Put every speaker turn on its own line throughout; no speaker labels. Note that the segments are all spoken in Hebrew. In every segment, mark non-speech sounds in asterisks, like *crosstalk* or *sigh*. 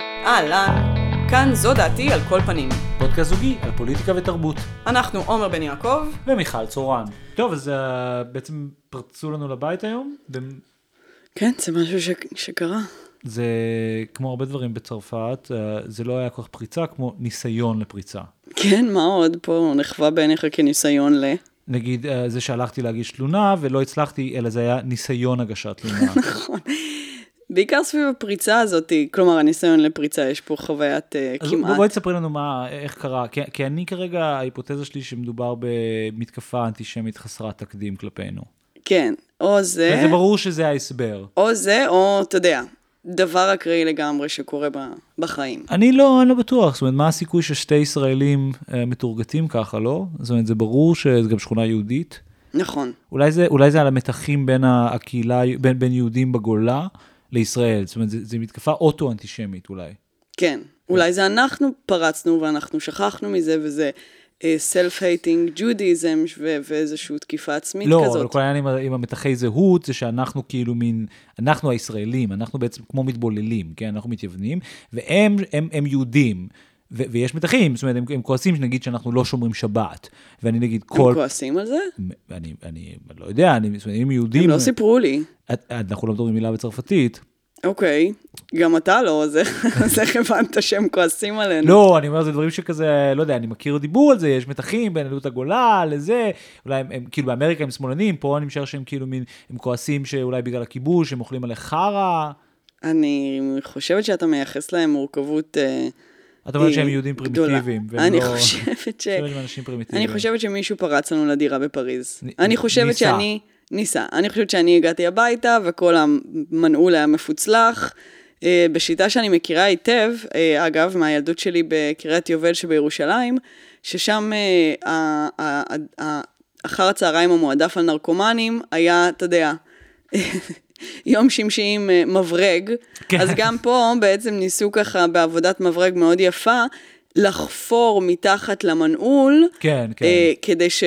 אהלן, כאן זו דעתי על כל פנים.
פודקאסט זוגי על פוליטיקה ותרבות,
אנחנו עומר בן יעקב,
ומיכל צורן. טוב, אז אה, בעצם פרצו לנו לבית היום, ו-
כן, זה משהו ש... שקרה.
זה כמו הרבה דברים בצרפת, אה, זה לא היה כל כך פריצה, כמו ניסיון לפריצה.
כן, מה עוד פה נחווה בעיניך כניסיון ל...
נגיד, אה, זה שהלכתי להגיש תלונה ולא הצלחתי, אלא זה היה ניסיון הגשת
*laughs*
תלונה.
בעיקר סביב הפריצה הזאת, כלומר, הניסיון לפריצה, יש פה חוויית uh,
אז
כמעט.
בוא- בואי תספרי לנו מה, איך קרה, כי, כי אני כרגע, ההיפותזה שלי שמדובר במתקפה אנטישמית חסרת תקדים כלפינו.
כן, או זה,
וזה ברור שזה ההסבר.
או זה, או, אתה יודע, דבר אקראי לגמרי שקורה ב... בחיים.
אני לא, אני לא בטוח, זאת אומרת, מה הסיכוי ששתי ישראלים אה, מתורגתים ככה, לא? זאת אומרת, זה ברור שזה גם שכונה יהודית.
נכון.
אולי זה, אולי זה על המתחים בין ה- הקהילה, בין, בין יהודים בגולה לישראל. זאת אומרת, זו מתקפה אוטו-אנטישמית אולי.
כן. אולי זה אנחנו פרצנו ואנחנו שכחנו מזה, וזה אה, סלף-הייטינג ג'ודיזם ואיזושהי תקיפה עצמית
לא, אבל
כזאת.
כל העניין עם, ה- עם המתחי זהות זה שאנחנו כאילו מין, אנחנו הישראלים, אנחנו בעצם כמו מתבוללים, כן? אנחנו מתייוונים, והם הם, הם יהודים. ו- ויש מתחים, זאת אומרת, הם, הם כועסים שנגיד שאנחנו לא שומרים שבת. ואני נגיד
הם
כל...
כועסים על זה?
אני, אני לא יודע, אני, זאת אומרת, אם יהודים...
הם לא סיפרו לי.
את- אנחנו לא מדברים מילה בצרפתית.
אוקיי, גם אתה לא, אז איך *laughs* אז איך הבנת שהם כועסים עלינו?
לא, אני אומר, זה דברים שכזה, לא יודע, אני מכיר דיבור על זה, יש מתחים בין עלות הגולה לזה, אולי הם, הם כאילו באמריקה הם שמאלנים, פה אני משער שהם כאילו מין, הם כועסים שאולי בגלל הכיבוש, הם אוכלים עליך חרא.
אני חושבת שאתה מייחס להם מורכבות אה,
את אומרת שהם
אה,
יהודים
גדולה.
פרימיטיביים. והם
אני
לא-
חושבת ש...
שהם אנשים פרימיטיביים.
אני חושבת שמישהו פרץ לנו לדירה בפריז.
נ-
אני חושבת
ניסה.
שאני... ניסה. אני חושבת שאני הגעתי הביתה, וכל המנעול היה מפוצלח. אה, בשיטה שאני מכירה היטב, אה, אגב, מהילדות שלי בקריית יובל שבירושלים, ששם אה, ה- ה- ה- ה- אחר הצהריים המועדף על נרקומנים היה, אתה יודע, *laughs* יום שמשיים אה, מברג.
כן.
אז גם פה בעצם ניסו ככה בעבודת מברג מאוד יפה, לחפור מתחת למנעול.
כן, כן.
אה, כדי ש...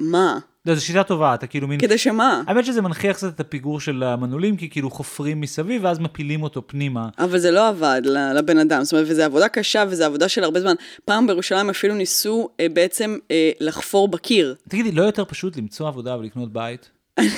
מה?
לא, זו שיטה טובה, אתה כאילו מין...
כדי שמה?
האמת שזה מנכיח קצת את הפיגור של המנעולים, כי כאילו חופרים מסביב, ואז מפילים אותו פנימה.
אבל זה לא עבד ל- לבן אדם, זאת אומרת, וזו עבודה קשה, וזו עבודה של הרבה זמן. פעם בירושלים אפילו ניסו אה, בעצם אה, לחפור בקיר. *laughs*
תגידי, לא יותר פשוט למצוא עבודה ולקנות בית?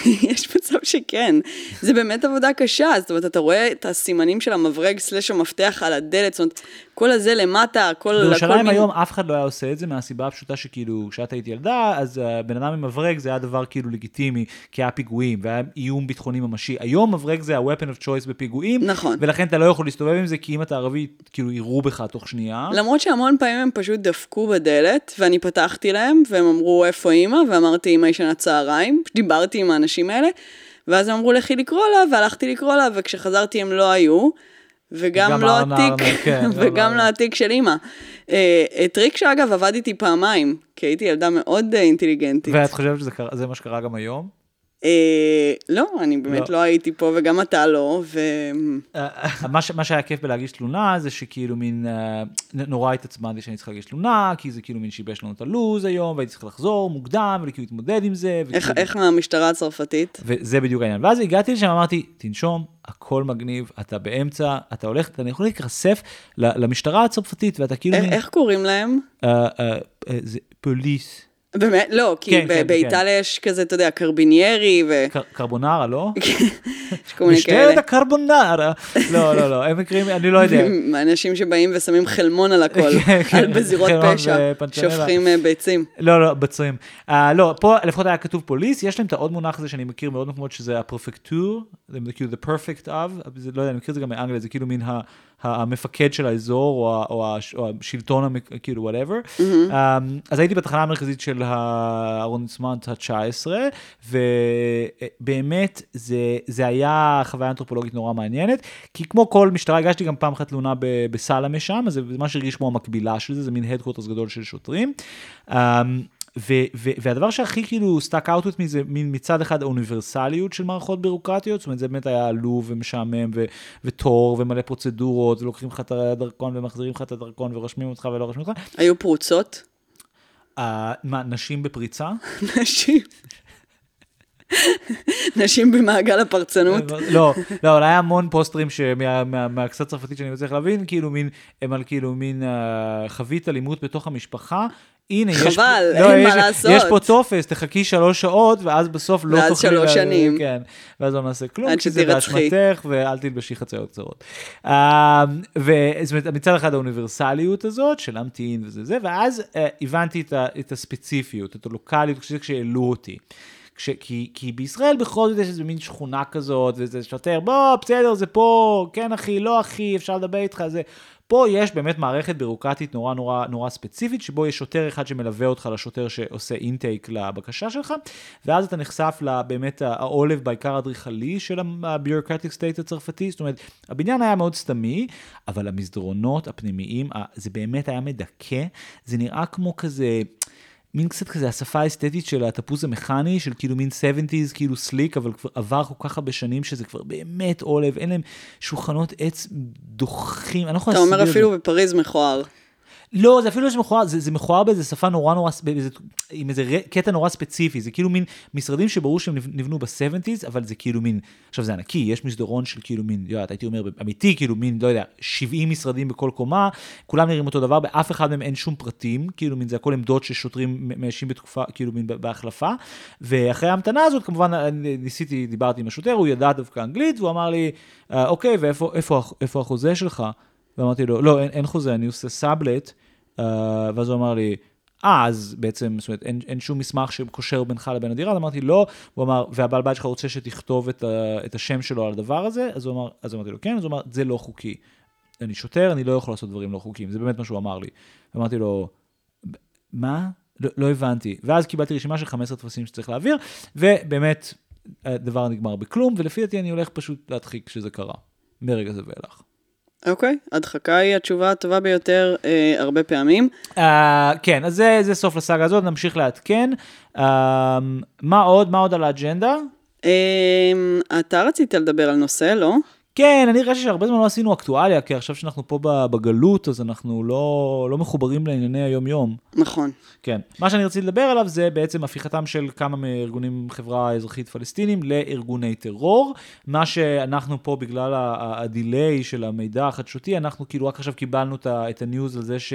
יש מצב שכן. זה באמת עבודה קשה, זאת אומרת, אתה רואה את הסימנים של המברג סלש המפתח על הדלת, זאת אומרת, כל הזה למטה, הכל... לא, הכל
בירושלים
מין-
היום אף אחד לא היה עושה את זה מהסיבה הפשוטה שכאילו כשאת היית ילדה אז אה, בן אדם עם מברג זה היה דבר כאילו לגיטימי כי היה פיגועים והיה איום ביטחוני ממשי היום מברג זה ה-weapon of choice בפיגועים
נכון.
ולכן אתה לא יכול להסתובב עם זה כי אם אתה ערבי כאילו יירו בך תוך שנייה.
למרות שהמון פעמים הם פשוט דפקו בדלת, ואני פתחתי להם, והם אמרו, איפה אימא? ואמרתי, אימא ישנה צהריים. *laughs* דיברתי עם האנשים האלה, ואז הם אמרו, לכי לקרוא לה, והלכתי לקרוא לה, וכשחזרתי הם לא היו,
וגם
וגם לא
ארנה,
התיק,
ארנה, כן,
*laughs*
לא,
וגם
לא,
לא
לא.
התיק של אימא. אה, אה, טריק שאגב, עבד איתי פעמיים, כי הייתי ילדה מאוד אה, אינטליגנטית.
ואת חושבת שזה קרה, זה מה שקרה גם היום?
אה, לא, אני באמת
לא.
לא הייתי פה, וגם אתה לא, ו...
אה, מה, ש, מה שהיה כיף בלהגיש תלונה זה שכאילו מין, אה, נ- נורא התעצמנתי שאני צריך להגיש תלונה, כי זה כאילו מין שיבש לנו את הלו"ז היום, והייתי צריך לחזור מוקדם וכאילו להתמודד עם זה.
איך-
וכאילו-
איך מהמשטרה הצרפתית?
וזה בדיוק העניין. ואז הגעתי לשם, אמרתי, תנשום, הכל מגניב, אתה באמצע, אתה הולך, אתה יכול להתכסף ל- למשטרה הצרפתית, ואתה כאילו...
איך
מין,
איך קוראים להם?
אה, אה, אה, זה פוליס.
באמת, לא, כי
כן,
ב-
כן,
באיטליה יש כזה, אתה יודע, קרביניירי ויש
קר- קרבונרה, לא?
כל מיני
משטרת
כאלה.
הקרבונרה. לא, לא, לא, הם מקרים, אני לא יודע.
אנשים שבאים ושמים חלמון על הכל,
כן, כן,
על בזירות
חלמון
פשע,
ופנצ'נלה.
שופכים אה, ביצים.
לא, לא, בצרים. Uh, לא, פה לפחות היה כתוב פוליס, יש להם את העוד מונח הזה שאני מכיר מעוד מקומות, שזה הפרפקטור, זה כאילו the perfect of, זה, לא יודע, אני מכיר את זה גם מאנגליה, זה כאילו מין ה, ה, המפקד של האזור, או, ה, או, הש, או השלטון, המק- כאילו, whatever. Mm-hmm. Um, אז הייתי בתחנה המרכזית של הארונסמנט ה-19, ובאמת זה, זה היה חוויה אנתרופולוגית נורא מעניינת, כי כמו כל משטרה, הגשתי גם פעם אחת תלונה ב- בסלמה שם, אז זה זה מה שהרגיש כמו המקבילה של זה, זה מין headquarters גדול של שוטרים. Um, ו- ו- והדבר שהכי כאילו סטאק אאוט אותי זה מין מצד אחד האוניברסליות של מערכות בירוקרטיות, זאת אומרת זה באמת היה עלוב ומשעמם ו- ותור ומלא פרוצדורות, ולוקחים לך את הדרכון ומחזירים לך את הדרכון ורושמים אותך ולא רושמים אותך.
היו פרוצות? *laughs*
Uh, מה, נשים בפריצה?
נשים. נשים במעגל הפרצנות.
לא, לא, אבל היה המון פוסטרים מהקצת צרפתית שאני מצליח להבין, כאילו מין, הם על כאילו מין אה, חבית אלימות בתוך המשפחה. הנה, יש פה-
חבל,
לא,
אין מה
יש-
לעשות.
יש פה טופס, תחכי שלוש שעות, ואז בסוף לא
ואז
תוכלי...
שלוש
לה-
שנים.
כן, ואז לא נעשה כלום,
עד
כי זה
שתירצחי.
באשמתך, ואל תלבשי חצאיות קצרות. אה, ו- זאת אומרת, מצד אחד האוניברסליות הזאת, של להמתין וזה זה, ואז אה, הבנתי את ה- את הספציפיות, את הלוקאליות, כשזה- כשהעלו אותי. כש, כי, כי בישראל בכל זאת יש איזה מין שכונה כזאת, וזה שוטר, בוא, בסדר, זה פה, כן אחי, לא אחי, אפשר לדבר איתך, זה... פה יש באמת מערכת בירוקרטית נורא נורא נורא ספציפית, שבו יש שוטר אחד שמלווה אותך לשוטר שעושה אינטייק לבקשה שלך, ואז אתה נחשף ל- באמת העולב בעיקר האדריכלי של הביורוקרטיק סטייט הצרפתי, זאת אומרת, הבניין היה מאוד סתמי, אבל המסדרונות הפנימיים, ה- זה באמת היה מדכא, זה נראה כמו כזה... מין קצת כזה השפה האסתטית של התפוז המכני, של כאילו מין 70's, כאילו סליק, אבל כבר עבר כל כך הרבה שנים שזה כבר באמת עולב, אין להם שולחנות עץ דוחים, אני לא יכול
אתה
להסביר
אומר
את זה.
אפילו בפריז מכוער.
לא, זה אפילו לא שמכוער, זה, זה מכוער באיזה שפה נורא נורא, ס- באיזה, עם איזה ר- קטע נורא ספציפי, זה כאילו מין משרדים שברור שהם נב- נבנו ב-70's, אבל זה כאילו מין, עכשיו זה ענקי, יש מסדרון של כאילו מין, לא יודעת, הייתי אומר אמיתי, כאילו מין, לא יודע, 70 משרדים בכל קומה, כולם נראים אותו דבר, באף אחד מהם אין שום פרטים, כאילו מין, זה הכל עמדות ששוטרים מ- מאיישים בתקופה, כאילו מין ב- בהחלפה, ואחרי ההמתנה הזאת, כמובן, אני ניסיתי, דיברתי עם השוטר, הוא ידע דווקא אנגלית, והוא אמר לי, "אה, אוקיי, ואיפה איפה, הח- איפה החוזה שלך? ואמרתי לו, לא, אין, אין חוזה, אני עושה סאבלט. Uh, ואז הוא אמר לי, אה, אז בעצם, זאת אומרת, אין, אין שום מסמך שקושר בינך לבין הדירה? אז אמרתי, לא. הוא אמר, והבעל בית שלך רוצה שתכתוב את, ה, את השם שלו על הדבר הזה? אז, הוא אמר, אז אמרתי לו, כן, אז הוא אמר, זה לא חוקי. אני שוטר, אני לא יכול לעשות דברים לא חוקיים. זה באמת מה שהוא אמר לי. אמרתי לו, מה? לא, לא הבנתי. ואז קיבלתי רשימה של 15 טפסים שצריך להעביר, ובאמת, אה, הדבר נגמר בכלום, ולפי דעתי אני הולך פשוט להדחיק שזה קרה. מרגע זה ואילך.
אוקיי, הדחקה היא התשובה הטובה ביותר אה, הרבה פעמים.
Uh, כן, אז זה, זה סוף לסאגה הזאת, נמשיך לעדכן. Uh, מה עוד? מה עוד על האג'נדה?
אה, אתה רצית לדבר על נושא, לא?
כן, אני חושב שהרבה זמן לא עשינו אקטואליה, כי עכשיו שאנחנו פה ב- בגלות, אז אנחנו לא, לא מחוברים לענייני היום-יום.
נכון.
כן. מה שאני רציתי לדבר עליו זה בעצם הפיכתם של כמה מארגונים חברה אזרחית פלסטינים לארגוני טרור. מה שאנחנו פה בגלל ה- ה- הדיליי של המידע החדשותי, אנחנו כאילו רק עכשיו קיבלנו את ה- את הניוז על זה ש-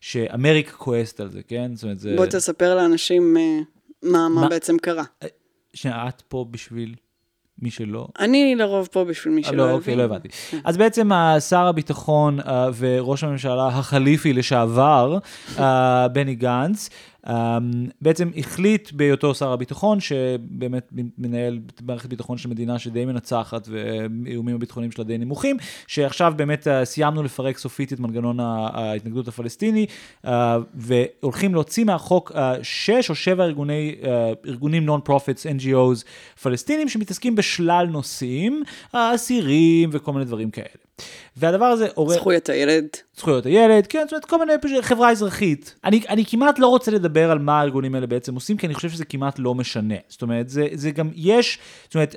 שאמריקה כועסת על זה, כן? זאת אומרת, זה...
בוא תספר לאנשים אה, מה, מה
מה?
בעצם קרה.
שנייה, את פה בשביל מי שלא.
אני לרוב פה בשביל מי
אה,
שלא
לא, אוקיי, לא הבנתי. אז בעצם אה, שר הביטחון אה, וראש הממשלה החליפי לשעבר, אה, *laughs* בני גנץ, אה, בעצם החליט בהיותו שר הביטחון, שבאמת מנהל מערכת ביטחון של מדינה שדי מנצחת והאיומים הביטחוניים שלה די נמוכים, שעכשיו באמת אה, סיימנו לפרק סופית את מנגנון ה- ההתנגדות הפלסטיני, אה, והולכים להוציא מהחוק אה, שש או שבע ארגוני, אה, ארגונים נון פרופיטס, NGOs פלסטינים, שמתעסקים בשלל נושאים, אה, אסירים וכל מיני דברים כאלה. והדבר הזה עורר...
זכויות הילד.
זכויות הילד, כן, זאת אומרת, כל מיני, פשוט חברה אזרחית. אני, אני כמעט לא רוצה לדבר על מה הארגונים האלה בעצם עושים, כי אני חושב שזה כמעט לא משנה. זאת אומרת, זה, זה גם יש, זאת אומרת, *laughs*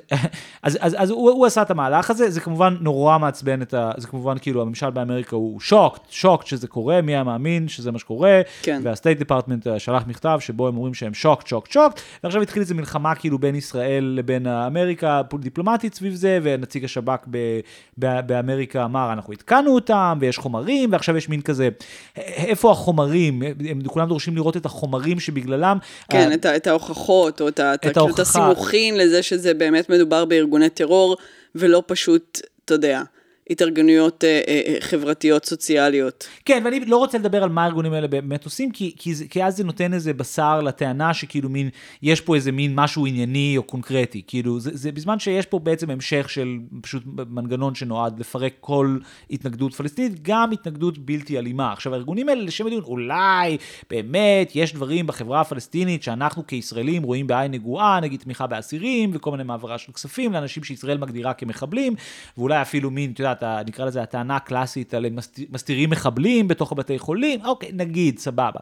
אז, אז, אז הוא, הוא עשה את המהלך הזה, זה כמובן נורא מעצבן את ה... זה כמובן, כאילו, הממשל באמריקה הוא שוקט, שוקט שזה קורה, מי היה מאמין שזה מה שקורה,
כן.
והסטייט דיפרטמנט אה, שלח מכתב שבו הם אומרים שהם שוק, שוק, שוק, ועכשיו התחיל איזו מלחמה כאילו בין ישראל לבין אמריקה דיפלומטית סביב זה, ונציג השב"כ ב- ב- באמריקה אמר, אנחנו עדכנו אותם, ויש חומרים, ועכשיו יש מין כזה, "א- איפה החומרים? הם כולם דורשים לראות את החומרים שבגללם...
כן,
אה,
את, ה- את ההוכחות, או את, ה- את, ה- כאילו את
ההוכחה.
הסימוכין לזה שזה באמת מדובר בארגוני טרור, ולא פשוט, אתה יודע, התארגנויות אה, אה, אה, חברתיות סוציאליות.
כן, ואני לא רוצה לדבר על מה הארגונים האלה באמת עושים, כי, כי, זה- כי אז זה נותן איזה בשר לטענה שכאילו מין, יש פה איזה מין משהו ענייני או קונקרטי, כאילו, זה, זה בזמן שיש פה בעצם המשך של פשוט מנגנון שנועד לפרק כל התנגדות פלסטינית, גם התנגדות בלתי אלימה. עכשיו, הארגונים האלה, לשם הדיון, אולי באמת יש דברים בחברה הפלסטינית שאנחנו כישראלים רואים בעין נגועה, נגיד תמיכה באסירים וכל מיני מעברה של כספים לאנשים שישראל מגדירה כמחבלים, ואולי אפילו מין, את יודעת, ה- נקרא לזה הטענה הקלאסית על מסתיר- מסתירים מחבלים בתוך הבתי חולים, אוקיי, נגיד, סבבה.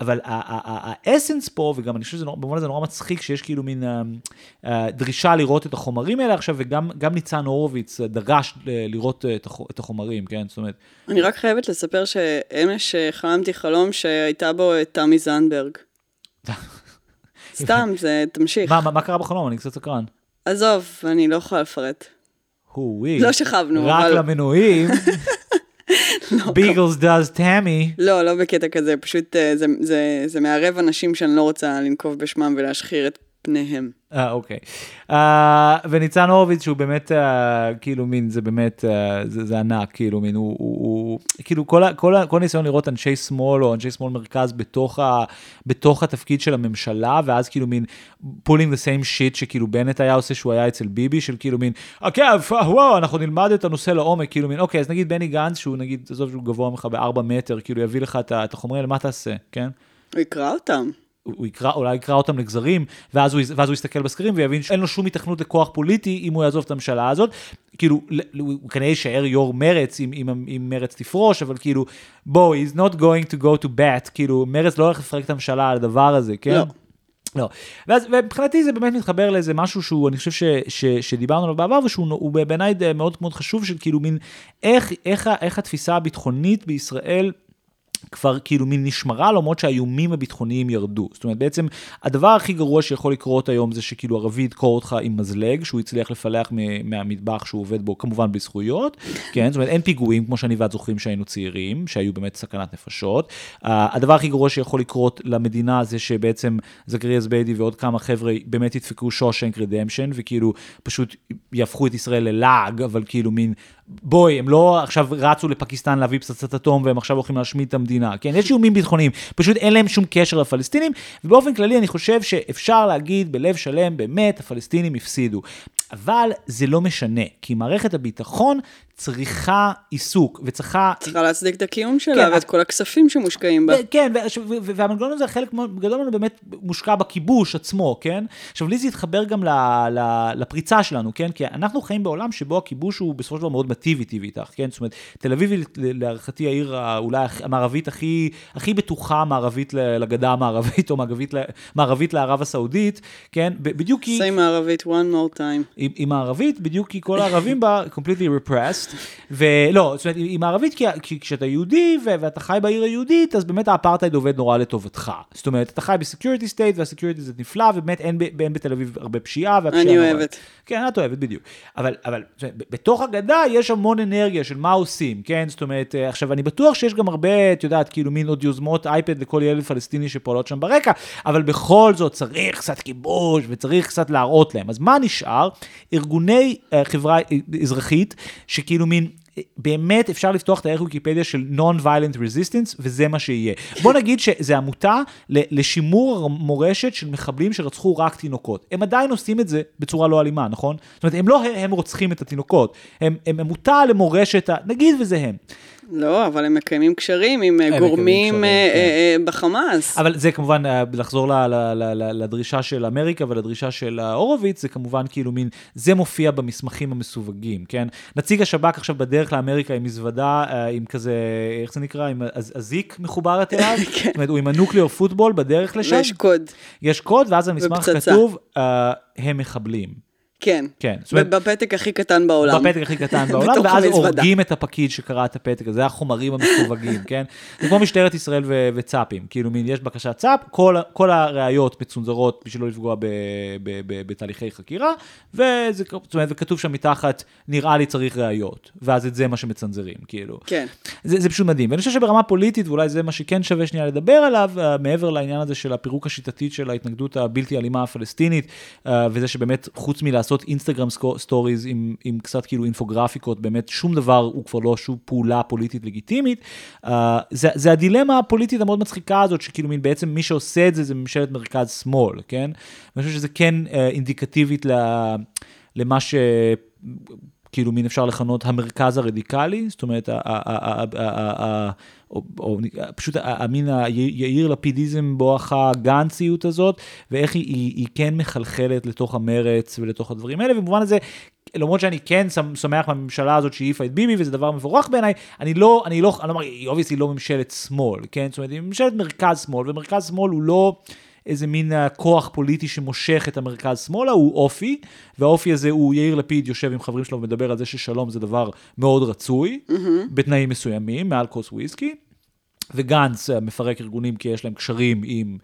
אבל ה- ה- ה- האסנס פה, וגם אני חושב שזה נורא- במובן הזה נורא מצחיק, שיש כאילו מין אה, אה, דרישה לראות את החומרים האלה עכשיו, וגם גם ניצן הורוביץ אה, דרש אה, לראות אה, את הח- את החומרים, כן? זאת אומרת,
אני רק חייבת לספר אה,
*laughs*
שאמש אה, חלמתי חלום שהייתה בו את תמי זנדברג. סתם, זה, תמשיך.
מה, מה- מה קרה בחלום? אני קצת סקרן.
עזוב, אני לא יכולה לפרט.
הואי.
לא שכבנו,
רק
אבל- *laughs*
למנויים. ביגלס דאז תמי.
לא, לא בקטע כזה, פשוט אה, זה, זה, זה מערב אנשים שאני לא רוצה לנקוב בשמם ולהשחיר את פניהם.
אה, אוקיי. אה, וניצן הורוביץ שהוא באמת אה, כאילו מין זה באמת אה, זה זה ענק כאילו מין הוא- הוא הוא- כאילו כל ה- כל ה- כל ניסיון לראות אנשי שמאל או אנשי שמאל מרכז בתוך ה- בתוך התפקיד של הממשלה ואז כאילו מין pulling the same shit שכאילו בנט היה עושה שהוא היה אצל ביבי של כאילו מין אוקיי וואו אנחנו נלמד את הנושא לעומק כאילו מין אוקיי אז נגיד בני גנץ שהוא נגיד עזוב שהוא גבוה ממך בארבע מטר כאילו יביא לך את ה- את החומרים האלה, מה תעשה כן.
הוא יקרא אותם.
הוא הוא יקרא, אולי יקרא אותם לגזרים, ואז הוא, ואז הוא יסתכל בסקרים ויבין שאין לו שום התכנות לכוח פוליטי אם הוא יעזוב את הממשלה הזאת. כאילו, ל- הוא כנראה יישאר יו"ר מרץ אם, אם, אם מרץ תפרוש, אבל כאילו, בואו, he's not going to go to bat, כאילו, מרץ לא הולך לפרק את הממשלה על הדבר הזה, כן?
לא.
לא. ואז מבחינתי זה באמת מתחבר לאיזה משהו שהוא, אני חושב ש, ש, שדיברנו עליו בעבר, ושהוא הוא בעיניי מאוד מאוד חשוב, של כאילו מין, איך, איך, ה- איך התפיסה הביטחונית בישראל כבר כאילו מין נשמרה למרות שהאיומים הביטחוניים ירדו. זאת אומרת, בעצם הדבר הכי גרוע שיכול לקרות היום זה שכאילו ערבי ידקור אותך עם מזלג, שהוא הצליח לפלח מ- מהמטבח שהוא עובד בו, כמובן בלי זכויות. כן, זאת אומרת, אין פיגועים, כמו שאני ואת זוכרים שהיינו צעירים, שהיו באמת סכנת נפשות. Uh, הדבר הכי גרוע שיכול לקרות למדינה זה שבעצם זכריה זביידי ועוד כמה חבר'ה באמת ידפקו שושנק רדמפשן, וכאילו פשוט יהפכו את ישראל ללעג, אבל כאילו מין, בואי, הם לא עכשיו רצו לפקיסטן להביא פצצת אטום והם עכשיו הולכים להשמיד את המדינה, כן? יש איומים ביטחוניים, פשוט אין להם שום קשר לפלסטינים, ובאופן כללי אני חושב שאפשר להגיד בלב שלם, באמת, הפלסטינים הפסידו. אבל זה לא משנה, כי מערכת הביטחון צריכה עיסוק וצריכה
צריכה להצדיק את הקיום שלה
כן,
ואת כל הכספים שמושקעים בה.
ו- כן, והש- ו- ו- והמנגנון הזה, חלק מאוד גדול ממנו באמת מושקע בכיבוש עצמו, כן? עכשיו, לי זה התחבר גם ל- ל- לפריצה שלנו, כן? כי אנחנו חיים בעולם שבו הכיבוש הוא בסופו של דבר מאוד מטיב איתי ואיתך, כן? זאת אומרת, תל אביב היא ל- להערכתי העיר ה- אולי הכ- המערבית הכי, הכי בטוחה מערבית ל- לגדה המערבית, או מערבית, ל- מערבית לערב הסעודית, כן? ב- בדיוק כי...
סיים הערבית one more time.
עם, עם הערבית, בדיוק כי כל הערבים בה completely repressed, ולא, זאת אומרת, עם- עם הערבית, כי, כי כשאתה יהודי ו- ואתה חי בעיר היהודית, אז באמת האפרטהייד עובד נורא לטובתך. זאת אומרת, אתה חי בסקיוריטי סטייט, והסקיוריטי זה נפלא, ובאמת אין, ב- אין בתל אביב הרבה פשיעה, והפשיעה
אני
נורא-
אוהבת.
כן, את אוהבת, בדיוק. אבל, אבל זאת אומרת, ב- בתוך הגדה יש המון אנרגיה של מה עושים, כן? זאת אומרת, אה, עכשיו, אני בטוח שיש גם הרבה, את יודעת, כאילו מין עוד יוזמות אייפד לכל ילד פלסטיני שפועלות שם ברקע, אבל בכל זאת צריך קצת כיבוש וצריך קצת להראות להם. אז מה נשאר? ארגוני אה, חברה אה, אזרחית, שכאילו מין... אה, באמת אפשר לפתוח את הערך ויקיפדיה של Non-Violent Resistance, וזה מה שיהיה. בוא נגיד שזה עמותה ל- לשימור המורשת של מחבלים שרצחו רק תינוקות. הם עדיין עושים את זה בצורה לא אלימה, נכון? זאת אומרת, הם לא הם, הם רוצחים את התינוקות, הם, הם עמותה למורשת, ה... נגיד וזה הם.
לא, אבל הם מקיימים קשרים עם אה,
מקיימים
גורמים
קשרים,
אה,
כן.
אה, אה, בחמאס.
אבל זה כמובן, אה, לחזור ל- ל- ל- ל- לדרישה של אמריקה ולדרישה של הורוביץ, זה כמובן כאילו מין, זה מופיע במסמכים המסווגים, כן? נציג השב"כ עכשיו בדרך לאמריקה עם מזוודה, אה, עם כזה, איך זה נקרא? עם הז- אזיק מחוברת אליו? זאת אומרת, הוא עם הנוקליאור פוטבול בדרך לשם,
ויש קוד.
יש קוד, ואז במסמך
לא, ופצצה.
כתוב, אה, הם מחבלים.
כן.
כן, זאת אומרת-
בפתק הכי קטן בעולם.
בפתק הכי
*laughs*
קטן בעולם,
בתוך
ואז
המזוודה.
הורגים את הפקיד שקרא את הפתק, הזה, זה החומרים המסווגים, כן? זה כמו משטרת ישראל ו- וצאפים, כאילו מין, יש בקשת צאפ, כל, ה- כל הראיות מצונזרות בשביל לא לפגוע ב- ב- ב- בתהליכי חקירה, וזה כ- זאת אומרת, וכתוב שם מתחת, נראה לי צריך ראיות, ואז את זה מה שמצנזרים, כאילו.
כן.
זה, זה פשוט מדהים, ואני חושב שברמה פוליטית, ואולי זה מה שכן שווה שנייה לדבר עליו, אה, מעבר לעניין הזה של הפירוק השיטתית של ההתנגדות הבלתי אלימה הפלסטינית, אה, וזה שבאמת, חוץ מלעשות אינסטגרם סקו- סטוריז עם, עם קצת כאילו אינפוגרפיקות, באמת שום דבר הוא כבר לא שום פעולה פוליטית לגיטימית, אה, זה, זה הדילמה הפוליטית המאוד מצחיקה הזאת, שכאילו מין בעצם מי שעושה את זה זה ממשלת מרכז-שמאל, כן? ואני חושב שזה כן אה, אינדיקטיבית ל, למה ש... כאילו מין אפשר לכנות המרכז הרדיקלי, זאת אומרת, ה- ה- ה- ה- ה- ה- או- או פשוט ה- המין ה- יאיר לפידיזם בואך הגנציות הזאת, ואיך היא- היא היא כן מחלחלת לתוך המרץ ולתוך הדברים האלה, ובמובן הזה, למרות שאני כן שמ- שמח מהממשלה הזאת שהעיפה את ביבי, וזה דבר מבורך בעיניי, אני לא, אני לא, אני לא, אומר, היא אובייסלי לא ממשלת שמאל, כן? זאת אומרת, היא ממשלת מרכז-שמאל, ומרכז שמאל הוא לא... איזה מין אה, כוח פוליטי שמושך את המרכז שמאלה, הוא אופי, והאופי הזה הוא יאיר לפיד יושב עם חברים שלו ומדבר על זה ששלום זה דבר מאוד רצוי, בתנאים מסוימים, מעל כוס וויסקי, וגנץ אה, מפרק ארגונים כי יש להם קשרים עם...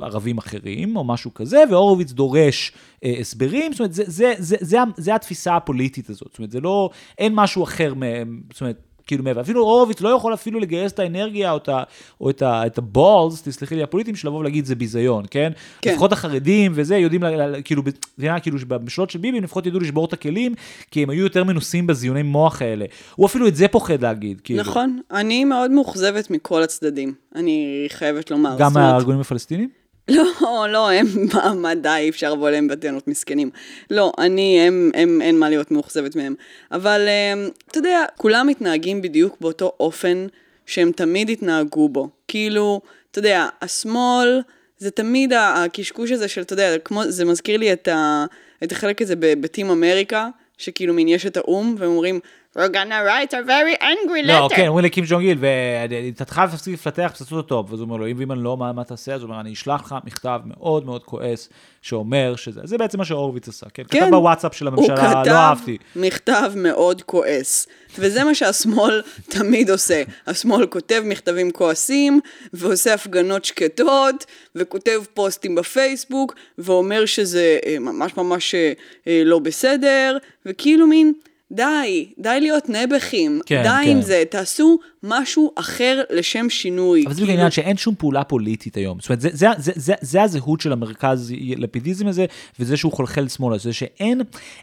ערבים אחרים, או משהו כזה, והורוביץ דורש אה, הסברים, זאת אומרת, זה, זה, זה, זה, זה, זה התפיסה הפוליטית הזאת, זאת אומרת, זה לא, אין משהו אחר, מ- זאת אומרת, כאילו מעבר. אפילו הורוביץ לא יכול אפילו לגייס את האנרגיה או את, ה, או את, ה, את הבולס, תסלחי לי, הפוליטיים, של לבוא ולהגיד זה ביזיון, כן?
כן.
לפחות החרדים וזה, יודעים, ל, ל, ל, כאילו, זה נראה כאילו שבממשלות של ביבי, הם לפחות ידעו לשבור את הכלים, כי הם היו יותר מנוסים בזיוני מוח האלה. הוא אפילו את זה פוחד להגיד, כאילו.
נכון, אני מאוד מאוכזבת מכל הצדדים, אני חייבת לומר.
גם
זאת אומרת,
מהארגונים הפלסטינים?
לא, לא, הם, מה, מה די, אי אפשר לבוא אליהם בטענות מסכנים. לא, אני, הם, הם, אין מה להיות מאוכזבת מהם. אבל אמ, אתה יודע, כולם מתנהגים בדיוק באותו אופן שהם תמיד התנהגו בו. כאילו, אתה יודע, השמאל, זה תמיד ה- הקשקוש הזה של, אתה יודע, כמו, זה מזכיר לי את, ה, את החלק הזה ב- בטים אמריקה, שכאילו מין יש את האו"ם, והם אומרים, we're gonna write a very angry letter.
לא, כן, אומרים לקים ג'ונג איל, ואתה חייב להפסיק לפתח פצצות אטום. ואז הוא אומר לו, אם ואם אני לא, מה מה תעשה? אז הוא אומר, אני אשלח לך מכתב מאוד מאוד כועס, שאומר שזה... זה בעצם מה שהורוביץ עשה, כן?
כן.
כתב בוואטסאפ של הממשלה, לא אהבתי.
מכתב מאוד כועס, וזה מה שהשמאל *laughs* תמיד עושה. השמאל כותב מכתבים כועסים, ועושה הפגנות שקטות, וכותב פוסטים בפייסבוק, ואומר שזה אה, ממש ממש אה, אה, לא בסדר, וכאילו מין... די, די להיות נעבכים,
כן,
די עם
כן.
זה, תעשו משהו אחר לשם שינוי.
אבל זה בדיוק
כאילו,
העניין שאין שום פעולה פוליטית היום. זאת אומרת, זה, זה, זה, זה, זה הזהות של המרכז לפידיזם הזה, וזה שהוא חולחל שמאלה, זה שאין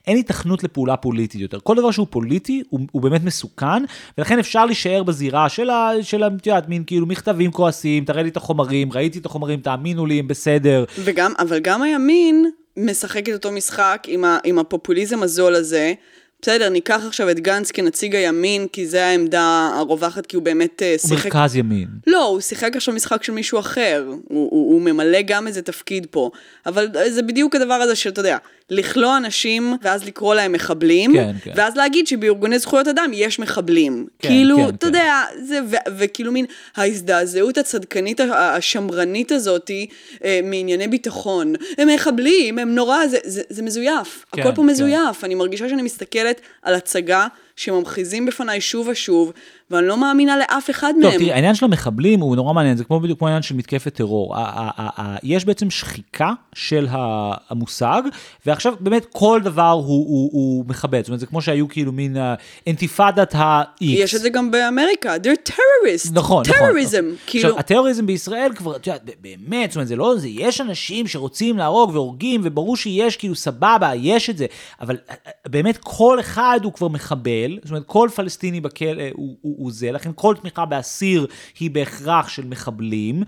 אין היתכנות לפעולה פוליטית יותר. כל דבר שהוא פוליטי, הוא, הוא באמת מסוכן, ולכן אפשר להישאר בזירה של ה... של ה- את יודעת, מין כאילו מכתבים כועסים, תראה לי את החומרים, ראיתי את החומרים, תאמינו לי, הם בסדר.
וגם, אבל גם הימין משחק את אותו משחק עם, ה, עם הפופוליזם הזול הזה. בסדר, ניקח עכשיו את גנץ כנציג הימין, כי זה העמדה הרווחת, כי הוא באמת אה,
הוא
שיחק...
מרכז ימין.
לא, הוא שיחק עכשיו משחק של מישהו אחר. הוא, הוא, הוא ממלא גם איזה תפקיד פה. אבל זה בדיוק הדבר הזה שאתה יודע, לכלוא אנשים, ואז לקרוא להם מחבלים,
כן, כן.
ואז להגיד שבארגוני זכויות אדם יש מחבלים.
כן,
כאילו,
כן,
אתה
כן.
יודע, זה, ו, וכאילו מין ההזדעזעות הצדקנית ה- השמרנית הזאתי אה, מענייני ביטחון. הם מחבלים, הם נורא, זה, זה, זה מזויף.
כן,
הכל פה
כן.
מזויף. אני מרגישה שאני מסתכלת על הצגה שממחיזים בפניי שוב ושוב, ואני לא מאמינה לאף אחד מהם.
טוב, תראי, העניין של המחבלים הוא נורא מעניין, זה כמו בדיוק כמו העניין של מתקפת טרור. ה- ה- ה- ה- יש בעצם שחיקה של ה- המושג, ועכשיו באמת כל דבר הוא- הוא הוא מכבד. זאת אומרת, זה כמו שהיו כאילו מין אה, אינתיפאדת ה-X.
יש את זה גם באמריקה, they're terrorists.
נכון, נכון.
terrorism, כאילו,
עכשיו, הטרוריזם בישראל כבר, את יודעת, באמת, זאת אומרת, זה לא זה, יש אנשים שרוצים להרוג והורגים, וברור שיש, כאילו, סבבה, יש את זה, אבל אה, אה, באמת כל אחד הוא כבר מחבל, זאת אומרת, כל פלסטיני בכלא הוא, הוא, הוא זה, לכן כל תמיכה באסיר היא בהכרח של מחבלים.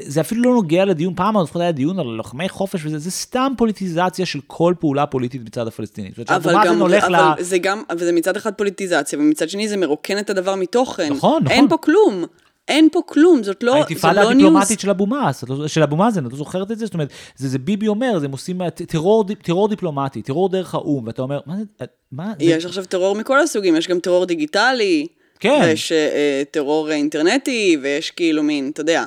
זה אפילו לא נוגע לדיון, פעם לפחות היה דיון על לוחמי חופש וזה, זה סתם פוליטיזציה של כל פעולה פוליטית מצד הפלסטינים. זאת אומרת,
אבל
שאבו מאזן
גם,
הולך
אבל
ל-
זה גם, אבל זה מצד אחד פוליטיזציה, ומצד שני זה מרוקן את הדבר מתוכן.
נכון, נכון.
אין פה כלום, אין פה כלום, זאת לא, זה
האינתיפאדה
לא ניוז.
הדיפלומטית של אבו מאזן, את לא- של אבו מאזן, את לא זוכרת את זה? זאת אומרת, זה, זה ביבי אומר, זה הם עושים אה, ט- טרור, ד- טרור דיפלומטי, טרור דרך האו"ם, ואתה אומר, מה זה, אה, מה זה,
יש עכשיו טרור מכל הסוגים, יש גם טרור דיגיטלי,
כן.
ויש אה, טרור אינטרנטי, ויש כאילו מין, אתה יודע,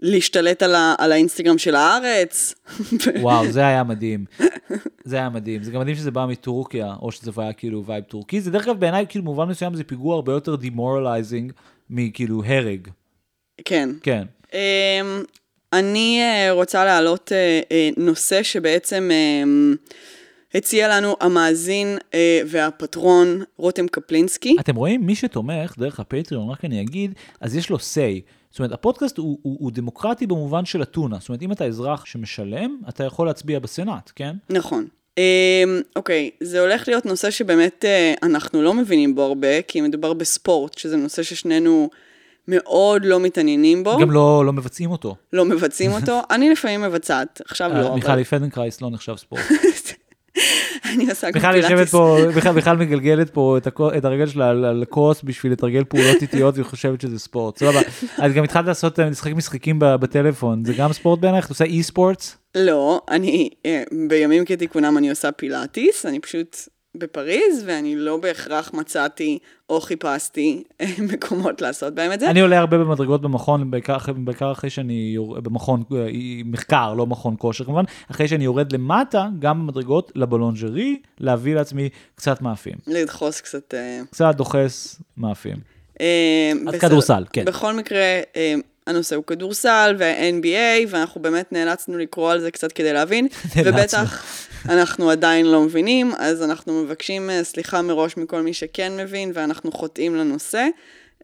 להשתלט על, ה, על האינסטגרם של הארץ. *laughs*
וואו, זה היה מדהים. זה היה מדהים, זה גם מדהים שזה בא מטורקיה, או שזה היה כאילו וייב טורקי, זה דרך אגב בעיניי כאילו במובן מסוים זה פיגוע הרבה יותר demoralizing מכאילו הרג,
כן.
כן.
אמ, אני אה, רוצה להעלות אה, אה, נושא שבעצם אמ, הציע לנו המאזין אה, והפטרון רותם קפלינסקי.
אתם רואים, מי שתומך דרך הפטריון, רק אני אגיד, אז יש לו say. זאת אומרת, הפודקאסט הוא, הוא, הוא דמוקרטי במובן של אתונה. זאת אומרת, אם אתה אזרח שמשלם, אתה יכול להצביע בסנאט, כן?
נכון. אמ, אוקיי, זה הולך להיות נושא שבאמת אה, אנחנו לא מבינים בו הרבה, כי מדובר בספורט, שזה נושא ששנינו מאוד לא מתעניינים בו,
גם לא, לא מבצעים אותו.
לא מבצעים אותו.
*laughs*
אני לפעמים מבצעת, עכשיו
אה,
לא, אבל
מיכל פדנקרייס לא נחשב *laughs* ספורט.
*laughs* אני עושה כמו
מיכל יושבת פה, מיכל- מיכל מגלגלת פה את הכו- את הרגל שלה על- על הכוס בשביל לתרגל פעולות איטיות והיא חושבת שזה ספורט. סבבה. את גם התחלת לעשות אה, לשחק משחקים ב- בטלפון, זה גם ספורט בעינייך? את עושה אי ספורטס?
לא, אני, אה, בימים כתיקונם אני עושה פילאטיס, אני פשוט בפריז, ואני לא בהכרח מצאתי או חיפשתי אה, מקומות לעשות בהם את זה.
אני עולה הרבה במדרגות במכון, בעיקר אחרי- בעיקר אחרי שאני יורד, במכון אה, מחקר, לא מכון כושר כמובן, אחרי שאני יורד למטה, גם במדרגות לבלונג'רי, להביא לעצמי קצת מאפים.
לדחוס קצת... אה,
קצת דוחס מאפים.
אה,
אז
בסדר.
כדורסל, כן.
בכל מקרה, אה, הנושא הוא כדורסל ו-NBA, ואנחנו באמת נאלצנו לקרוא על זה קצת כדי
*laughs*
להבין, ובטח אנחנו עדיין לא מבינים, אז אנחנו מבקשים אה, סליחה מראש מכל מי שכן מבין, ואנחנו חוטאים לנושא.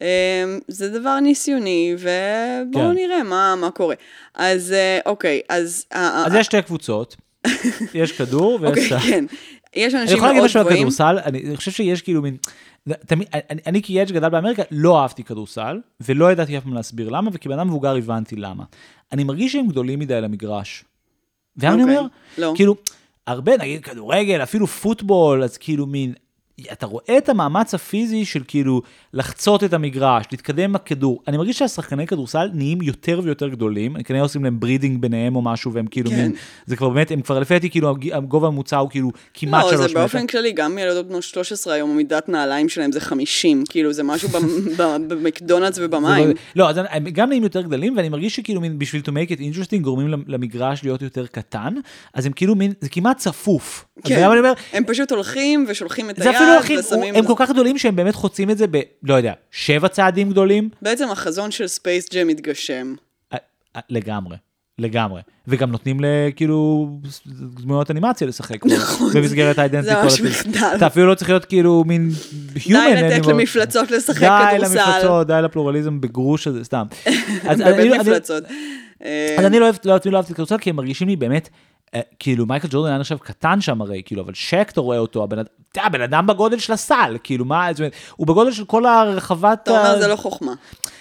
אה, זה דבר ניסיוני, ובואו
כן.
נראה מה, מה קורה. אז אה, אוקיי, אז... אה,
אז
אה,
יש שתי קבוצות, יש כדור ויש
אוקיי,
סל.
כן. יש
אני
אנשים
יכול להגיד
מאוד
משהו על
גבוהים.
כדורסל, אני אני חושב שיש כאילו מין, תמיד, אני, אני כילד שגדל באמריקה לא אהבתי כדורסל, ולא ידעתי אף פעם להסביר למה, וכבן אדם מבוגר הבנתי למה. אני מרגיש שהם גדולים מדי למגרש. ואני
אוקיי,
אומר,
לא.
כאילו, הרבה, נגיד כדורגל, אפילו פוטבול, אז כאילו מין, אתה רואה את המאמץ הפיזי של כאילו לחצות את המגרש, להתקדם עם הכדור. אני מרגיש שהשחקני כדורסל נהיים יותר ויותר גדולים, הם כנראה עושים להם ברידינג ביניהם או משהו, והם כאילו
כן.
מין, זה כבר באמת, הם כבר לפי דעתי, כאילו הג- הגובה הממוצע הוא כאילו כמעט שלוש מטר.
לא, זה באופן כללי, גם ילדות בנות 13 היום, מידת נעליים שלהם זה 50, כאילו זה משהו ב- *laughs* ב- במקדונלדס ובמים.
זה לא, לא, אז אני- הם גם נהיים יותר גדלים, ואני מרגיש שכאילו מין בשביל to make it interesting גורמים למ- למגרש להיות יותר קטן, אז הם כאילו מין, זה כמעט צפוף. אז
כן.
גם אני אומר,
הם פשוט הולכים ושולחים את
זה אפילו הכי,
היד ושמים...
הם כל כך גדולים שהם באמת חוצים את זה ב, לא יודע, שבע צעדים גדולים?
בעצם החזון של ספייס ג'ם מתגשם.
אה, אה, לגמרי. לגמרי, וגם נותנים לכאילו דמויות אנימציה לשחק נכון, במסגרת האידנטי
זה ממש מחדל.
אתה אפילו לא צריך להיות כאילו מין human.
די לתת
animal.
למפלצות לשחק
די
כדורסל.
למפלצות, די לפלורליזם בגרוש
*laughs*
הזה, סתם. אז אני-
באמת
אני-
מפלצות. אה,
אז אני לא אוהב- לא אוהב- לא אהבתי את כדורסל, כי הם מרגישים לי באמת, אה, כאילו מייקל ג'ורדן היה נחשב קטן שם הרי, כאילו, אבל שק, אתה רואה אותו, הבן אדם, אתה יודע, הבן אדם בגודל של הסל, כאילו, מה, זאת אומרת, הוא בגודל של כל הרחבת...
אתה אומר
ה-
זה לא חוכמה.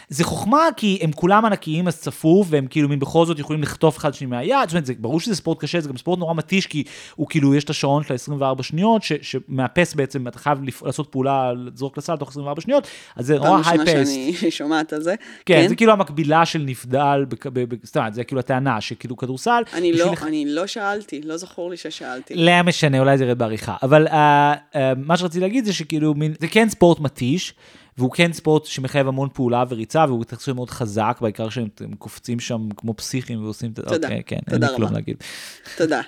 זה חוכמה, כי הם כולם ענקיים, אז צפוף, והם כאילו, מין בכל זאת יכולים לחטוף אחד שני מהיד, זאת אומרת, זה ברור שזה ספורט קשה, זה גם ספורט נורא מתיש, כי הוא כאילו, יש את השעון של ה-24 שניות, ש- שמאפס בעצם, אתה חייב לפ- לעשות פעולה, לזרוק לסל תוך 24 שניות, אז זה
פעם
נורא
ראשונה
הייפסט.
שאני *laughs* שומעת על זה.
כן, זה כאילו המקבילה של נבדל, בק- ב- ב- סתם, זה כאילו הטענה שכאילו כדורסל.
אני לא-
בשביל לח-
אני לא שאלתי, לא זכור לי ששאלתי.
לא משנה, אולי זה ירד בעריכה. אבל אה, אה, מה שרציתי להגיד זה שכאילו, מין- זה כן ספורט מתיש, והוא כן ספורט שמחייב המון פעולה וריצה, והוא תחשוב מאוד חזק, בעיקר שהם הם קופצים שם כמו פסיכים ועושים את ה...
תודה.
אוקיי, כן, אין
תודה
לי כלום
רבה.
להגיד.
תודה,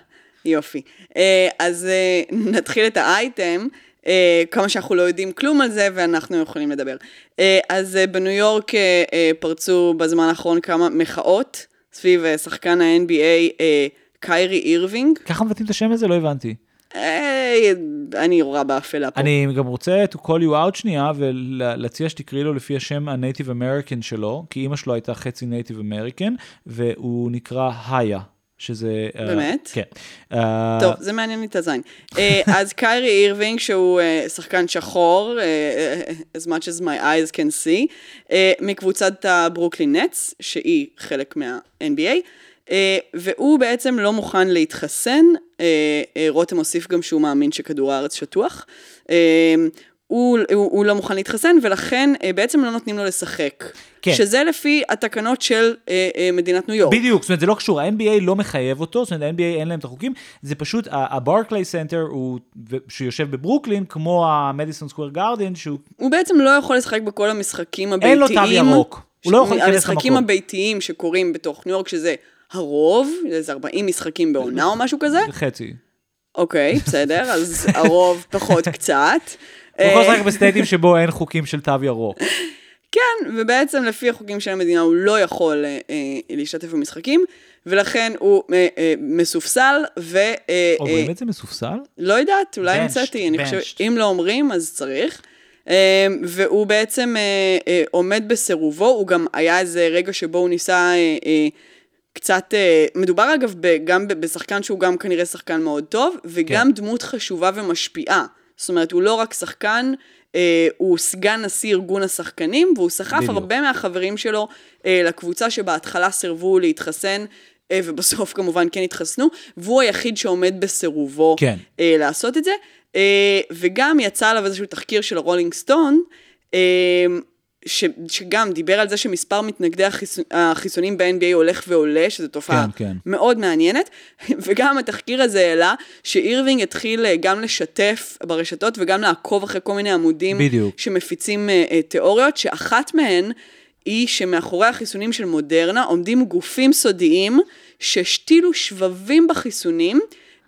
יופי. אה, אז אה, נתחיל את האייטם, אה, כמה שאנחנו לא יודעים כלום על זה ואנחנו יכולים לדבר. אה, אז אה, בניו יורק אה, אה, פרצו בזמן האחרון כמה מחאות סביב אה, שחקן ה-NBA אה, קיירי אירווינג.
ככה מבטאים את השם הזה? לא הבנתי.
אה, אני רואה באפלה פה.
אני גם רוצה to call you out שנייה ולהציע שתקראי לו לפי השם הנייטיב אמריקן שלו, כי אימא שלו הייתה חצי נייטיב אמריקן, והוא נקרא היה, שזה... אה,
באמת?
כן. אה,
טוב, זה מעניין לי את הזין.
*laughs*
אה, אז קיירי אירווינג, שהוא אה, שחקן שחור, אה, as much as my eyes can see, אה, מקבוצת הברוקלין נטס, שהיא חלק מה-NBA, אה, והוא בעצם לא מוכן להתחסן, אה, אה, רותם הוסיף גם שהוא מאמין שכדור הארץ שטוח. אה, הוא, הוא, הוא לא מוכן להתחסן, ולכן אה, בעצם לא נותנים לו לשחק.
כן.
שזה לפי התקנות של אה, אה, מדינת ניו יורק.
בדיוק, זאת אומרת, זה לא קשור, ה-NBA לא מחייב אותו, זאת אומרת, ה-NBA אין להם את החוקים, זה פשוט, הברקליי סנטר, שיושב בברוקלין, כמו המדיסון סקוויר גארדן, שהוא,
הוא בעצם לא יכול לשחק בכל המשחקים הביתיים.
אין לו תו ירוק. הוא לא יכול
ש-
להיכנס
המשחקים
למקום.
הביתיים שקורים בתוך ניו יורק, שזה הרוב, איזה 40 משחקים בעונה או משהו כזה.
זה חצי.
אוקיי, בסדר, אז הרוב פחות קצת.
הוא יכול
אה,
לשחק בסטייטים שבו אין חוקים של תו ירוק.
כן, ובעצם לפי החוקים של המדינה הוא לא יכול אה, אה, להשתתף במשחקים, ולכן הוא אה, אה, מסופסל, ו... אה, אה,
אומרים את זה מסופסל?
לא יודעת, אולי
Benched,
המצאתי, אני חושבת,
benched.
אם לא אומרים, אז צריך. אה, והוא בעצם אה, אה, עומד בסירובו, הוא גם היה איזה רגע שבו הוא ניסה אה, אה, קצת, אה, מדובר אגב ב- גם ב- בשחקן שהוא גם כנראה שחקן מאוד טוב, וגם כן. דמות חשובה ומשפיעה. זאת אומרת, הוא לא רק שחקן, אה, הוא סגן נשיא ארגון השחקנים, והוא סחף
בדיוק.
הרבה מהחברים שלו אה, לקבוצה שבהתחלה סירבו להתחסן. אה, ובסוף כמובן כן התחסנו, והוא היחיד שעומד בסירובו
כן.
אה, לעשות את זה. אה, וגם יצא עליו איזשהו תחקיר של הרולינג סטון, אה, ש, שגם דיבר על זה שמספר מתנגדי החיסון, החיסונים ב-NBA הולך ועולה, שזו תופעה
כן, כן.
מאוד מעניינת. *laughs* וגם התחקיר הזה העלה שאירווינג התחיל אה, גם לשתף ברשתות וגם לעקוב אחרי כל מיני עמודים
בדיוק.
שמפיצים אה, אה, תיאוריות, שאחת מהן היא שמאחורי החיסונים של מודרנה עומדים גופים סודיים שהשתילו שבבים בחיסונים.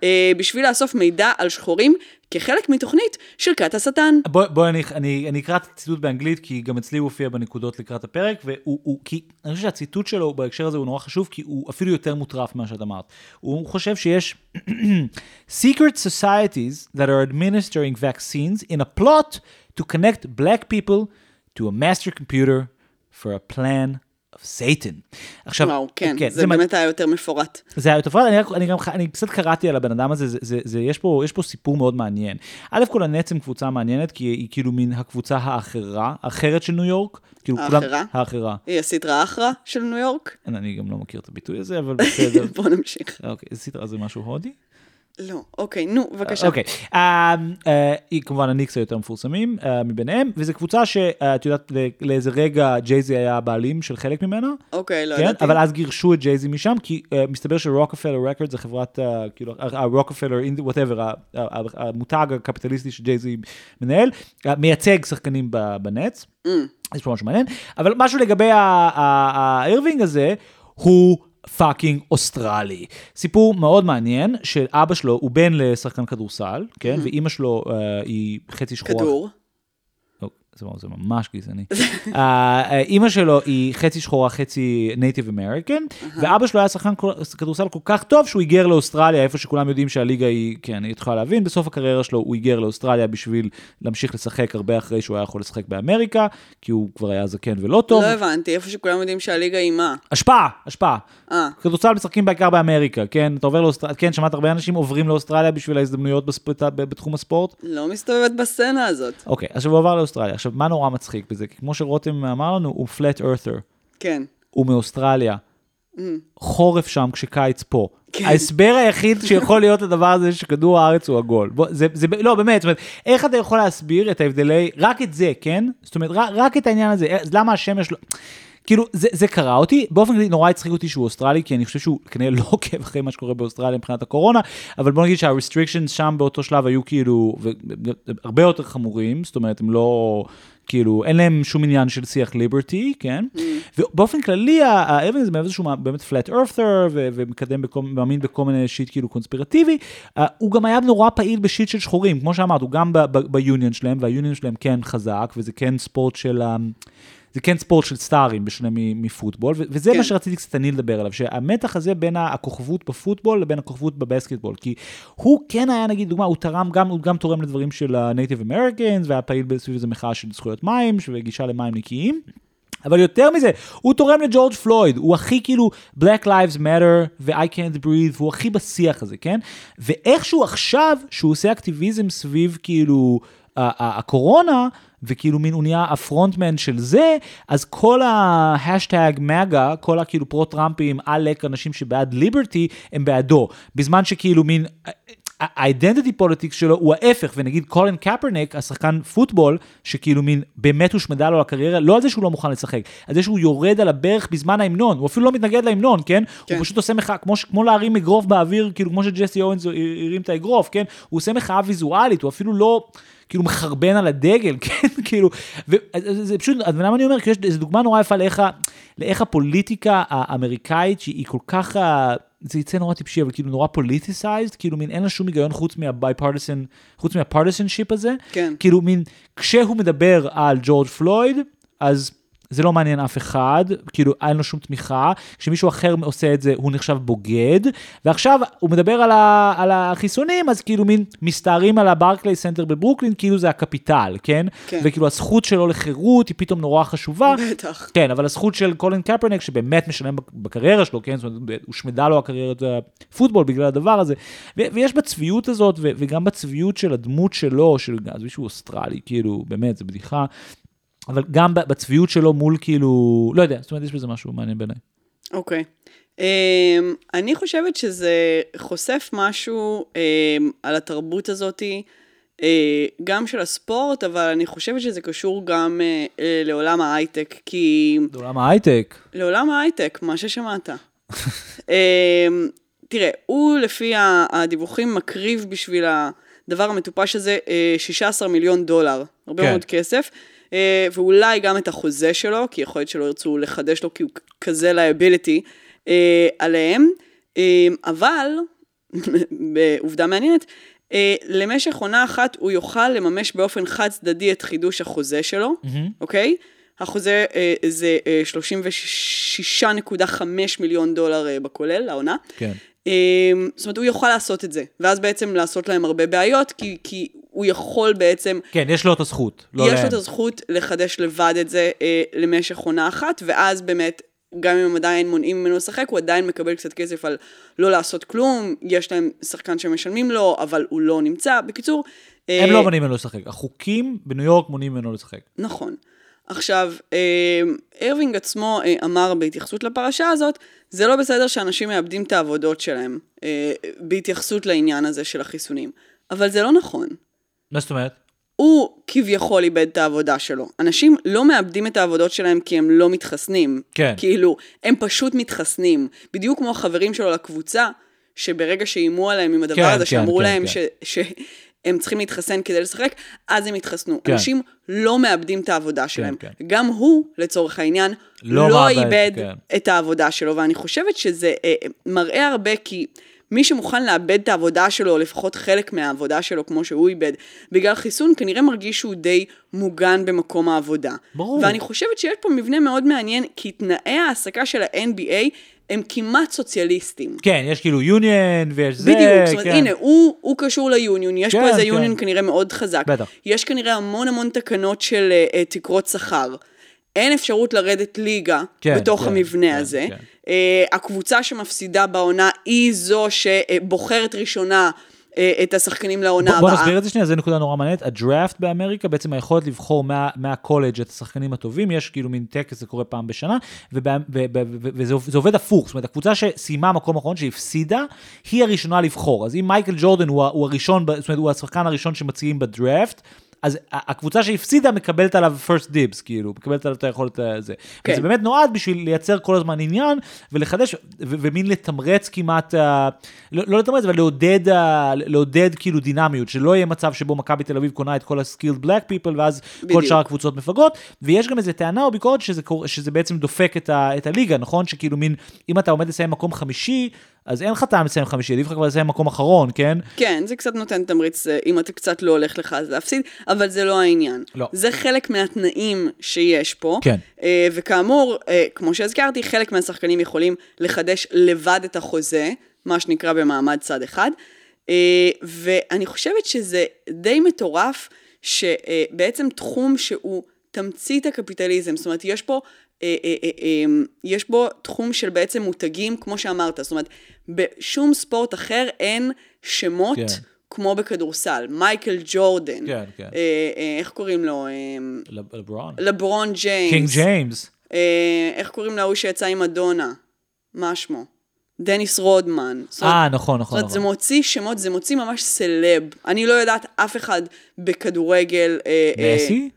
אה, בשביל לאסוף מידע על שחורים כחלק מתוכנית שרקת השטן.
בואי בוא, אני, אני, אני אקרא את הציטוט באנגלית, כי גם אצלי הוא הופיע בנקודות לקראת הפרק, והוא, הוא, כי, אני חושב שהציטוט שלו בהקשר הזה הוא נורא חשוב, כי הוא אפילו יותר מוטרף ממה שאת אמרת. הוא חושב שיש *clears throat* secret societies that are administering vaccines in a plot to connect black people to a master computer for a plan of Satan. עכשיו,
וואו, כן,
אוקיי,
זה
מה-
באמת היה יותר מפורט.
זה היה יותר אני, רק- אני גם ח- אני קצת קראתי על הבן אדם הזה, זה, זה, זה, יש, פה, יש פה סיפור מאוד מעניין. א' כל הנצם קבוצה מעניינת, כי היא כאילו מן הקבוצה האחרה, האחרת של ניו יורק. כאילו כולם-
האחרה?
האחרה.
היא הסדרה אחרא של ניו יורק.
אין, אני גם לא מכיר את הביטוי הזה, אבל בסדר.
*laughs* בוא נמשיך.
אוקיי, אז סדרה זה משהו הודי?
לא, אוקיי, נו, בבקשה.
אוקיי. אה, אה, היא כמובן הניקס היותר מפורסמים אה, מביניהם, וזו קבוצה שאת יודעת, ל- לאיזה רגע ג'ייזי היה הבעלים של חלק ממנה.
אוקיי, לא
כן,
ידעתי.
אבל אז גירשו את ג'ייזי משם, כי אה, מסתבר שרוקפלר רקורד זה חברת, אה, כאילו, הרוקפלר, וואטאבר, המותג הקפיטליסטי שג'ייזי מנהל, אה, מייצג שחקנים ב- בנץ.
Mm.
יש פה משהו מעניין, אבל משהו לגבי ה- ה- ה- האירווינג הזה, הוא... פאקינג אוסטרלי. סיפור מאוד מעניין, שאבא שלו הוא בן לשחקן כדורסל, כן? ואימא שלו אה, היא חצי שחורה.
Mm-hmm. כדור.
לא, זה, זה ממש גזעני. אה, אימא שלו היא חצי שחורה, חצי נייטיב אמריקן, ואבא שלו היה שחקן כל- כדורסל כל כך טוב שהוא היגר לאוסטרליה, איפה שכולם יודעים שהליגה היא, כן, היא יכולה להבין, בסוף הקריירה שלו הוא היגר לאוסטרליה בשביל להמשיך לשחק הרבה אחרי שהוא היה יכול לשחק באמריקה, כי הוא כבר היה זקן ולא טוב.
לא הבנתי, איפה שכולם יודעים שהליגה היא מה.
השפעה, השפעה.
אה.
כדורסל משחקים בעיקר באמריקה, כן? אתה עובר לאוסטרליה, כן, שמעת הרבה אנשים עוברים לאוסטרליה בשביל ההזדמנויות בספ- בתחום הספורט?
לא מסתובבת בסצנה הזאת.
אוקיי, עכשיו הוא עבר לאוסטרליה. עכשיו, מה נורא מצחיק בזה? כי כמו שרותם אמר לנו, הוא פלט ארת'ר,
כן.
הוא מאוסטרליה. חורף שם כשקיץ פה.
כן.
ההסבר היחיד שיכול להיות לדבר הזה שכדור הארץ הוא עגול. בוא, זה, זה, לא, באמת, זאת אומרת, איך אתה יכול להסביר את ההבדלי, רק את זה, כן? זאת אומרת, רק, רק את העניין הזה, אז למה השמש לא... כאילו, זה, זה קרה אותי, באופן כללי נורא הצחיק אותי שהוא אוסטרלי, כי אני חושב שהוא כנראה לא *laughs* עוקב אחרי מה שקורה באוסטרליה מבחינת הקורונה, אבל בוא נגיד שה-restrictions שם באותו שלב היו כאילו, ו- הרבה יותר חמורים, זאת אומרת, הם לא, כאילו, אין להם שום עניין של שיח ליברטי, כן? ובאופן כללי, ה- האבן הזה מהווה איזשהו מה- באמת flat earther, ו- ומקדם, בכל- מאמין בכל מיני שיט כאילו קונספירטיבי, אה, הוא גם היה נורא פעיל בשיט של שחורים, כמו שאמרת, הוא גם ב- ב- ביוניון שלהם, והיוניון שלהם כן חזק, וזה כן ספורט של... ה- זה כן ספורט של סטארים בשונה מ- מפוטבול, ו- וזה
כן.
מה שרציתי קצת אני לדבר עליו, שהמתח הזה בין הכוכבות בפוטבול לבין הכוכבות בבסקטבול, כי הוא כן היה נגיד, דוגמה, הוא תרם גם, הוא גם תורם לדברים של ה-Native Americans, והיה פעיל סביב איזה מחאה של זכויות מים, וגישה למים נקיים. אבל יותר מזה, הוא תורם לג'ורג' פלויד, הוא הכי כאילו Black Lives Matter ו-I can't breathe, והוא הכי בשיח הזה, כן? ואיכשהו עכשיו, שהוא עושה אקטיביזם סביב כאילו ה- ה- הקורונה, וכאילו מין הוא נהיה הפרונטמן של זה, אז כל ההשטג מגה, כל הכאילו פרו-טראמפים, עלק, אנשים שבעד ליברטי, הם בעדו. בזמן שכאילו מין... האידנטיטי פוליטיקס שלו הוא ההפך, ונגיד קולין קפרניק, השחקן פוטבול, שכאילו מין באמת הושמדה לו הקריירה, לא על זה שהוא לא מוכן לשחק, על זה שהוא יורד על הברך בזמן ההמנון, הוא אפילו לא מתנגד להמנון, כן?
כן.
הוא פשוט עושה מחאה, כמו, ש- כמו להרים אגרוף באוויר, כאילו כמו שג'סי אורנס הרים את האגרוף, כן? הוא עושה מחאה ויזואלית, הוא אפילו לא... כאילו מחרבן על הדגל, *laughs* כן, כאילו, וזה פשוט, אז למה אני אומר, כי יש איזו דוגמה נורא יפה לאיך, ה- לאיך הפוליטיקה האמריקאית, שהיא כל כך, ה- זה יצא נורא טיפשי, אבל כאילו נורא פוליטיסייזד, כאילו מין אין לה שום היגיון חוץ מהבייפרטיסן, חוץ מהפרטיסנשיפ הזה,
כן.
כאילו מין, כשהוא מדבר על ג'ורג' פלויד, אז... זה לא מעניין אף אחד, כאילו אין לו שום תמיכה, כשמישהו אחר עושה את זה הוא נחשב בוגד, ועכשיו הוא מדבר על, ה, על החיסונים, אז כאילו מין מסתערים על הברקליי סנטר בברוקלין, כאילו זה הקפיטל, כן?
כן.
וכאילו הזכות שלו לחירות היא פתאום נורא חשובה.
בטח.
כן, אבל הזכות של קולין קפרנק, שבאמת משלם בק- בקריירה שלו, כן? זאת אומרת, הושמדה לו הקריירת הפוטבול בגלל הדבר הזה. ו- ויש בצביעות הזאת, ו- וגם בצביעות של הדמות שלו, של אז מישהו אוסטרלי, כאילו, באמת, זו בדיחה. אבל גם ב- בצביעות שלו מול כאילו, לא יודע, זאת אומרת, יש בזה משהו מעניין בעיניי.
אוקיי. Um, אני חושבת שזה חושף משהו um, על התרבות הזאתי, uh, גם של הספורט, אבל אני חושבת שזה קשור גם uh, uh, לעולם ההייטק, כי
בעולם ההייטק.
לעולם ההייטק, מה ששמעת. um, תראה, הוא לפי ה- הדיווחים מקריב בשביל הדבר המטופש הזה אה, 16 מיליון דולר, הרבה
כן.
כן. מאוד כסף, אה, ואולי גם את החוזה שלו, כי יכול להיות שלא ירצו לחדש לו כי הוא כ- כזה liability אה, עליהם, אה, אבל *laughs* בעובדה מעניינת, אה, למשך עונה אחת הוא יוכל לממש באופן חד צדדי את חידוש החוזה שלו, אוקיי? החוזה אה, זה אה, 36.5 מיליון דולר אה, בכולל, העונה.
כן.
אמ, זאת אומרת, הוא יוכל לעשות את זה, ואז בעצם לעשות להם הרבה בעיות, כי, כי הוא יכול בעצם,
כן, יש לו את הזכות. לא
לא יש לו
להם.
את הזכות לחדש לבד את זה אה, למשך עונה אחת, ואז באמת, גם אם הם עדיין מונעים ממנו לשחק, הוא עדיין מקבל קצת כסף על לא לעשות כלום, יש להם שחקן שמשלמים לו, אבל הוא לא נמצא. בקיצור... אה,
הם לא מונעים ממנו לשחק. החוקים בניו יורק מונעים ממנו לשחק.
נכון. עכשיו, אה, אירווינג עצמו אה, אמר בהתייחסות לפרשה הזאת, זה לא בסדר שאנשים מאבדים את העבודות שלהם אה, בהתייחסות לעניין הזה של החיסונים. אבל זה לא נכון.
מה זאת אומרת?
הוא כביכול איבד את העבודה שלו. אנשים לא מאבדים את העבודות שלהם כי הם לא מתחסנים.
כן.
כאילו, הם פשוט מתחסנים. בדיוק כמו החברים שלו לקבוצה, שברגע שאיימו עליהם עם הדבר
כן,
הזה,
כן,
שאמרו
כן,
להם
כן.
ש... ש... הם צריכים להתחסן כדי לשחק, אז הם התחסנו.
כן.
אנשים לא מאבדים את העבודה שלהם.
כן.
גם הוא, לצורך העניין,
לא
לא,
מאבד,
איבד
כן.
את העבודה שלו, ואני חושבת שזה אה, מראה הרבה, כי מי שמוכן לאבד את העבודה שלו, או לפחות חלק מהעבודה שלו, כמו שהוא איבד, בגלל חיסון, כנראה מרגיש שהוא די מוגן במקום העבודה.
ברור.
ואני חושבת שיש פה מבנה מאוד מעניין, כי תנאי ההעסקה של ה-NBA הם כמעט סוציאליסטים.
כן, יש כאילו יוניון ויש זה.
בדיוק, זאת אומרת,
כן.
הנה, הוא, הוא קשור ליוניון, יש
כן,
פה איזה
כן.
יוניון כנראה מאוד חזק.
בטח.
יש כנראה המון המון תקנות של אה, אה, תקרות שכר. אין אפשרות לרדת ליגה
כן,
בתוך
כן,
המבנה
כן,
הזה.
כן.
אה, הקבוצה שמפסידה בעונה היא זו שבוחרת ראשונה אה, את השחקנים לעונה
בוא-
הבאה.
בוא נסביר את זה שנייה, זו נקודה נורא מעניינת. הדראפט באמריקה, בעצם היכולת לבחור מה- מהקולג' את השחקנים הטובים, יש כאילו מין טקס, זה קורה פעם בשנה, ובא- ו- ו- ו- וזה זה עובד הפוך, זאת אומרת, הקבוצה שסיימה מקום אחרון, שהפסידה, היא הראשונה לבחור. אז אם מייקל ג'ורדן הוא ה- הוא הראשון, ב- זאת אומרת, הוא השחקן הראשון שמציעים בדראפט, אז ה- הקבוצה שהפסידה מקבלת עליו first dibs, כאילו, מקבלת עליו את היכולת אה, הזה.
כן.
וזה באמת נועד בשביל לייצר כל הזמן עניין ולחדש, ו- ומין לתמרץ כמעט, אה, לא, לא לתמרץ, אבל לעודד, אה, לעודד כאילו דינמיות, שלא יהיה מצב שבו מכבי תל אביב קונה את כל ה-skilled black people, ואז כל
בדיוק.
שאר הקבוצות מפגרות, ויש גם איזה טענה או ביקורת שזה, קור- שזה בעצם דופק את, ה, את הליגה, נכון? שכאילו מין, אם אתה עומד לסיים מקום חמישי, אז אין לך טעם לסיים חמישי, עדיף לך כבר לסיים מקום אחרון, כן?
כן, זה קצת נותן תמריץ, אה, אם אתה קצת לא הולך לך אז להפסיד, אבל זה לא העניין.
לא.
זה חלק מהתנאים שיש פה.
כן.
אה, וכאמור, אה, כמו שהזכרתי, חלק מהשחקנים יכולים לחדש לבד את החוזה, מה שנקרא במעמד צד אחד. אה, ואני חושבת שזה די מטורף, שבעצם תחום שהוא תמצית הקפיטליזם, זאת אומרת, יש פה... אה, אה, אה, אה, יש בו תחום של בעצם מותגים, כמו שאמרת, זאת אומרת, בשום ספורט אחר אין שמות
כן.
כן. כמו בכדורסל. מייקל ג'ורדן,
כן, כן.
אה, אה, איך קוראים לו? אה,
לב- לברון.
לברון ג'יימס.
קינג ג'יימס.
אה, איך קוראים להוא שיצא עם אדונה? מה שמו? דניס רודמן. זאת אומרת,
אה, נכון,
זאת
נכון,
אומרת, זה
נכון.
מוציא שמות, זה מוציא ממש סלב. אני לא יודעת אף אחד בכדורגל... אה, אה,
מסי?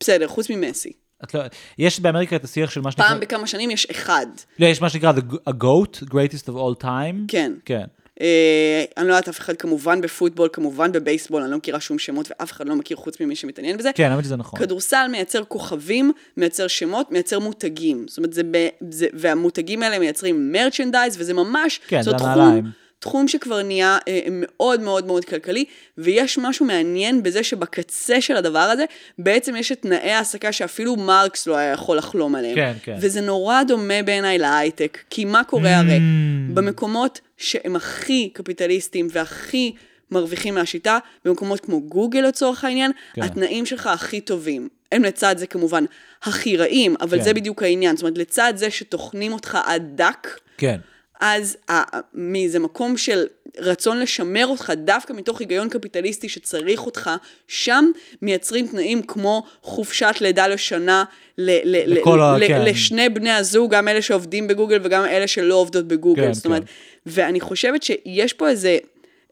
בסדר, חוץ ממסי.
את לא, יש באמריקה את השיח של מה שנקרא,
פעם בכמה שנים יש אחד.
לא, יש מה שנקרא the g- a goat, greatest of all time.
כן.
כן.
אה, אני לא יודעת אף אחד כמובן בפוטבול, כמובן בבייסבול, אני לא מכירה שום שמות ואף אחד לא מכיר חוץ ממי שמתעניין בזה.
כן, האמת שזה נכון.
כדורסל מייצר כוכבים, מייצר שמות, מייצר מותגים. זאת אומרת, זה ב, זה, והמותגים האלה מייצרים מרצ'נדייז, וזה ממש,
כן,
זאת
זה
תחום,
הנעליים.
תחום שכבר נהיה אה, מאוד מאוד מאוד כלכלי, ויש משהו מעניין בזה שבקצה של הדבר הזה, בעצם יש את תנאי העסקה שאפילו מרקס לא היה יכול לחלום עליהם.
כן, כן.
וזה נורא דומה בעיניי להייטק, כי מה קורה הרי?
Mm.
במקומות שהם הכי קפיטליסטים והכי מרוויחים מהשיטה, במקומות כמו גוגל לצורך העניין,
כן.
כן. התנאים שלך הכי טובים. הם לצד זה כמובן הכי רעים, אבל
כן.
כן. זה בדיוק העניין. זאת אומרת, לצד זה שטוחנים אותך עד דק,
כן.
אוקיי. אז ה- מאיזה מקום של רצון לשמר אותך, דווקא מתוך היגיון קפיטליסטי שצריך אותך, שם מייצרים תנאים כמו חופשת לידה לשנה ל- ל-
לכל
ל-
ה-
ל-
כן.
לשני בני הזוג, גם אלה שעובדים בגוגל וגם אלה שלא עובדות בגוגל.
כן,
זאת אומרת,
כן.
ואני חושבת שיש פה איזה,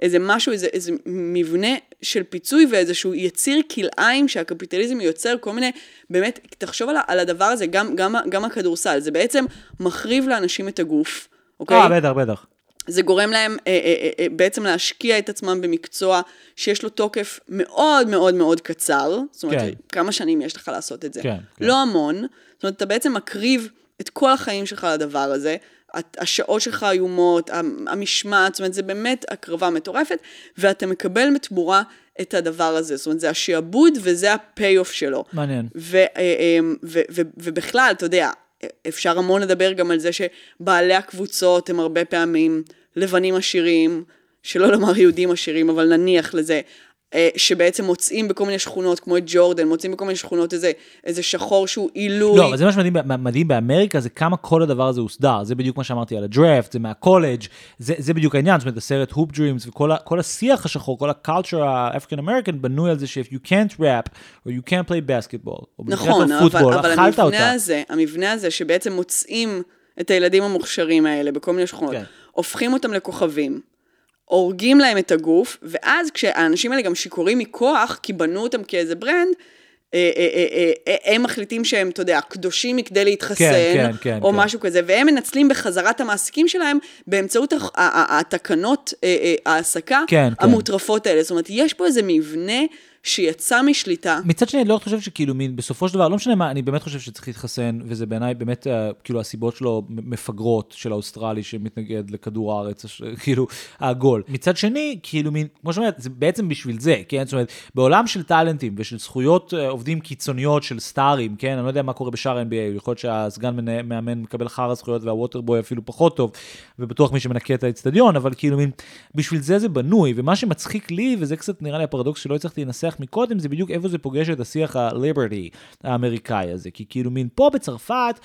איזה משהו, איזה, איזה מבנה של פיצוי ואיזשהו יציר כלאיים שהקפיטליזם יוצר כל מיני, באמת, תחשוב על, ה- על הדבר הזה, גם, גם, ה- גם הכדורסל, זה בעצם מחריב לאנשים את הגוף. אוקיי?
אה, בטח, בטח.
זה גורם להם אה, אה, אה, אה, בעצם להשקיע את עצמם במקצוע שיש לו תוקף מאוד מאוד מאוד קצר, זאת אומרת,
כן.
כן. כמה שנים יש לך לעשות את זה.
כן, כן.
לא המון, זאת אומרת, אתה בעצם מקריב את כל החיים שלך לדבר הזה, הת- השעות שלך איומות, המ- המשמעת, זאת אומרת, זה באמת הקרבה מטורפת, ואתה מקבל בתמורה את הדבר הזה. זאת אומרת, זה השעבוד וזה הפי-אוף שלו.
מעניין.
ו, אה, אה, ו, ו, ובכלל, אתה יודע, אפשר המון לדבר גם על זה שבעלי הקבוצות הם הרבה פעמים לבנים עשירים, שלא לומר יהודים עשירים, אבל נניח לזה, אה, שבעצם מוצאים בכל מיני שכונות, כמו את ג'ורדן, מוצאים בכל מיני שכונות איזה, איזה שחור שהוא עילוי.
לא, אבל זה מה שמדהים ב- מדהים באמריקה, זה כמה כל הדבר הזה הוסדר. זה בדיוק מה שאמרתי על הדראפט, זה מהקולג', זה, זה בדיוק העניין, זאת אומרת, הסרט הופ דרימס וכל ה- כל השיח השחור, כל ה-culture האפריקן אמריקן בנוי על זה ש- if you can't rap, or you can't play basketball, או
נכון,
במקרה טוב פוטבול,
אבל, אבל
אכלת
המבנה
אותה.
הזה, המבנה הזה שבעצם מוצאים את הילדים המוכשרים האלה בכל מיני שכונות,
כן.
כן. הופכים אותם לכוכבים, הורגים להם את הגוף, ואז כשהאנשים האלה גם שיכורים מכוח, כי בנו אותם כאיזה ברנד, אה, אה, אה, אה, אה, הם מחליטים שהם, אתה יודע, קדושים מכדי להתחסן,
כן, כן,
או
כן.
משהו כזה, והם מנצלים בחזרה את המעסיקים שלהם באמצעות הח- ה- ה- התקנות אה, אה, ההעסקה
כן, כן.
המוטרפות האלה. זאת אומרת, יש פה איזה מבנה שיצא משליטה.
מצד שני, אני לא חושב שכאילו מין, בסופו של דבר, לא משנה מה, אני באמת חושב שצריך להתחסן, וזה בעיניי באמת, אה, כאילו, הסיבות שלו מפגרות, של האוסטרלי שמתנגד לכדור הארץ, הש- כאילו, העגול. מצד שני, כאילו מין, כמו שאומרת, זה בעצם בשביל זה, כן? זאת אומרת, בעולם של טאלנטים ושל זכויות אה, עובדים קיצוניות של סטארים, כן? אני לא יודע מה קורה בשאר ה-NBA, יכול להיות שהסגן מנה- מאמן מקבל חרא זכויות והווטרבוי אפילו פחות טוב, ובטוח מי שמנקה את האצטדיון, אבל כאילו מין, בשביל זה זה בנוי, ומה שמצחיק לי, וזה קצת נראה לי הפרדוקס שלא הצלחתי לנסח מקודם, זה בדיוק איפה זה פוגש את השיח הליברטי האמריקאי הזה, כי כאילו מין פה בצרפת,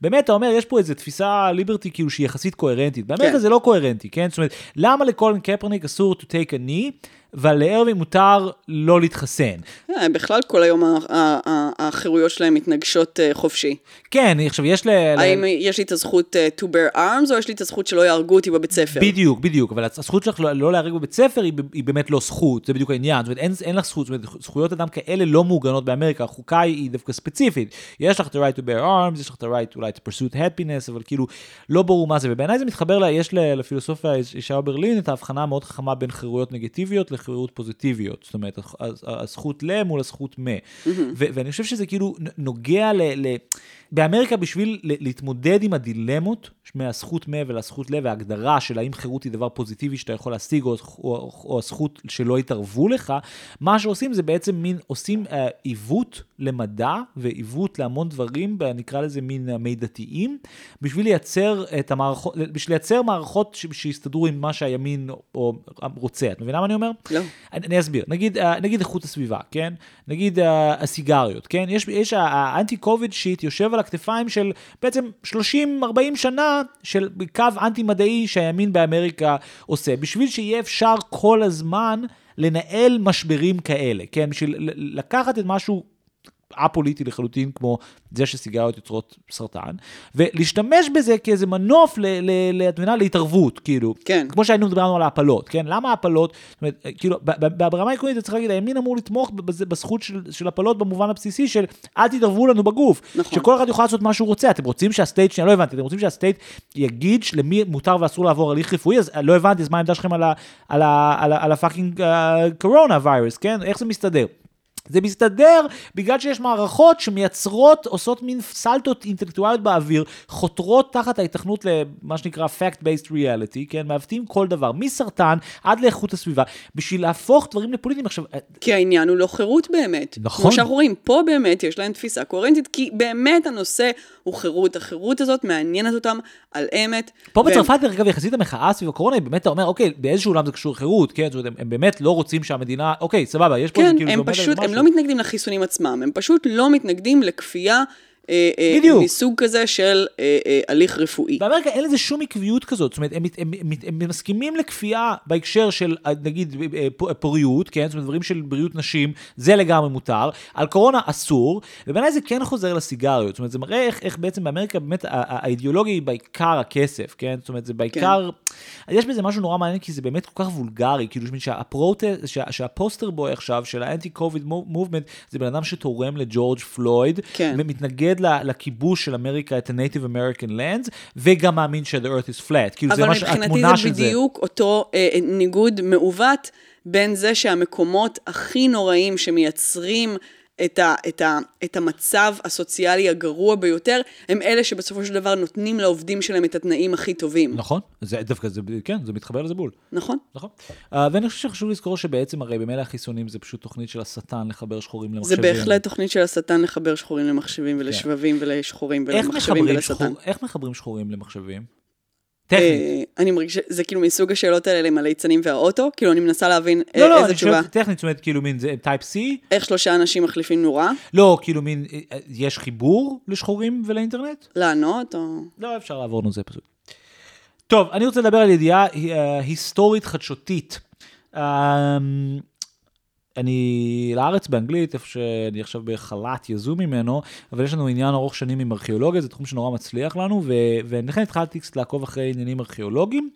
באמת אתה אומר, יש פה איזו תפיסה ליברטי כאילו שהיא יחסית קוהרנטית, באמריקה
כן.
זה לא קוהרנטי, כן? זאת אומרת, למה לקולין קפרניק אסור to take a knee, אבל לארווין מותר לא להתחסן?
אה, בכלל כל היום ה- ה- ה- החירויות שלהם מתנגשות אה, חופשי.
כן, עכשיו יש ל... ל-
האם יש לי את הזכות אה, to bear arms, או יש לי את הזכות שלא יהרגו אותי בבית ספר?
בדיוק, בדיוק, אבל הצ- הזכות שלך לא, לא להיהרג בבית ספר היא, ב- היא באמת לא זכות, זה בדיוק העניין, זאת אומרת אין, אין לך זכות, זאת אומרת זכויות אדם כאלה לא מעוגנות באמריקה, החוקה היא היא דווקא ספציפית, יש לך את ה-right to bear arms, יש לך את ה-right אולי to pursue happiness, אבל כאילו לא ברור מה זה, ובעיניי זה מתחבר, ל, יש ל- לפילוסופיה יש- ישעיהו ברלין את ההבחנה המאוד חכמה בין חירויות נגטיביות לחירויות פוזיטיביות, זאת אומרת הז- הז- הזכות ל מול הזכות מ, ו- ואני חושב שזה כאילו נ- נוגע ל... ל באמריקה בשביל ל- להתמודד עם הדילמות מהזכות מ ולזכות ל וההגדרה של האם חירות היא דבר פוזיטיבי שאתה יכול להשיג או, או, או הזכות שלא יתערבו לך, מה שעושים זה בעצם מין, עושים אה, עיוות למדע ועיוות להמון דברים, ב- נקרא לזה מין אה, מידתיים, בשביל לייצר את המערכות, בשביל לייצר מערכות ש- שיסתדרו עם מה שהימין או, או רוצה. את מבינה מה אני אומר?
לא.
אני, אני אסביר, נגיד, אה, נגיד איכות הסביבה, כן? נגיד אה, הסיגריות, כן? יש, יש ה- האנטי קוביד שיט יושב על הכתפיים של בעצם 30-40 שנה של קו אנטי מדעי שהימין באמריקה עושה, בשביל שיהיה אפשר כל הזמן לנהל משברים כאלה, כן? בשביל ל- ל- לקחת את משהו א-פוליטי לחלוטין, כמו זה שסיגריות יוצרות סרטן, ולהשתמש בזה כאיזה מנוף, ל- ל- ל- את מבינה, להתערבות, כאילו.
כן.
כמו שהיינו דיברנו על ההפלות, כן? למה ההפלות, זאת אומרת, כאילו, ב- ב- ברמה העקרונית, אתה צריך להגיד, הימין אמור לתמוך בזה, בזכות של, של הפלות במובן הבסיסי של אל תתערבו לנו בגוף.
נכון.
שכל אחד יוכל לעשות מה שהוא רוצה. אתם רוצים שהסטייט, שנייה, לא הבנתי, אתם רוצים שהסטייט יגיד למי מותר ואסור לעבור הליך רפואי, אז אה, לא הבנתי, אז מה העמדה שלכם על ה- על ה- על ה- על הפאקינג אה, קורונה ויירוס, כן? איך זה מסתדר? זה מסתדר בגלל שיש מערכות שמייצרות, עושות מין סלטות אינטלקטואליות באוויר, חותרות תחת ההיתכנות למה שנקרא Fact-Based Reality, כן? מעוותים כל דבר, מסרטן עד לאיכות הסביבה, בשביל להפוך דברים לפוליטיים. עכשיו, אה,
כי העניין הוא לא חירות באמת.
נכון.
כמו שאנחנו רואים, פה באמת יש להם תפיסה קוהרנטית, כי באמת הנושא הוא חירות. החירות הזאת מעניינת אותם על אמת.
פה
והם-
בצרפת, דרך אגב, יחסית המחאה סביב הקורונה, היא באמת, אתה אומר, אוקיי, באיזשהו עולם זה קשור לחירות, כן? זאת אומרת, הם- הם באמת לא רוצים שהמדינה, אוקיי, סבבה, יש פה איזה
כן,
כאילו...
הם
לומד על
פשוט, הם
משהו.
לא מתנגדים לחיסונים עצמם, הם פשוט לא מתנגדים לכפייה אה, אה,
בדיוק.
מסוג כזה של אה, אה, הליך רפואי.
באמריקה אין לזה שום עקביות כזאת, זאת אומרת, הם, מת- הם, הם, הם, הם מסכימים לכפייה בהקשר של, אה, נגיד, אה, פ- פוריות, כן? זאת אומרת, דברים של בריאות נשים, זה לגמרי מותר, על קורונה אסור, ובעיניי זה כן חוזר לסיגריות, זאת אומרת, זה מראה איך, איך בעצם באמריקה באמת ה- ה- האידיאולוגיה היא בעיקר הכסף, כן? זאת אומרת, זה בעיקר, כן. יש בזה משהו נורא מעניין, כי זה באמת כל כך וולגרי, כאילו, שמין שהפרוטס- שה, שהפוסטר בוי עכשיו, של האנטי-קוביד מובמנט, זה בן אדם שתורם לג'ורג' פלויד,
כן.
מ- מתנגד ל- לכיבוש של אמריקה, את ה-Native American lands, וגם מאמין ש-The Earth is flat. כאילו זה
אבל
מה ש-
מבחינתי
התמונה
זה
של זה.
בדיוק אותו אה, ניגוד מעוות בין זה שהמקומות הכי נוראים שמייצרים את, ה, את, ה, את המצב הסוציאלי הגרוע ביותר, הם אלה שבסופו של דבר נותנים לעובדים שלהם את התנאים הכי טובים.
נכון, זה דווקא, זה, כן, זה מתחבר לזה בול.
נכון?
נכון. Uh, ואני חושב שחשוב לזכור שבעצם הרי במילא החיסונים זה פשוט תוכנית של השטן לחבר שחורים
זה
למחשבים.
בהחלט תוכנית של השטן לחבר שחורים למחשבים ולשבבים ולשחורים
כן. איך
ולמחשבים
מחברים,
ולשטן.
שחור, איך מחברים שחורים למחשבים? טכנית.
אה, אני מרגישה, זה כאילו מסוג השאלות האלה עם הליצנים והאוטו, כאילו אני מנסה להבין אה,
לא, לא,
איזה
אני
תשובה.
שואל טכנית, זאת אומרת, כאילו מין זה טייפ C?
איך שלושה אנשים מחליפים נורה?
לא, כאילו מין, אה, אה, יש חיבור לשחורים ולאינטרנט?
לענות או...
לא אפשר לעבור לנו זה פשוט. טוב, אני רוצה לדבר על ידיעה אה, היסטורית חדשותית. אה, אני לארץ באנגלית, איפה שאני עכשיו בחל"ת יזום ממנו, אבל יש לנו עניין ארוך שנים עם ארכיאולוגיה, זה תחום שנורא מצליח לנו, ו- ולכן התחלתי קצת לעקוב אחרי עניינים ארכיאולוגיים,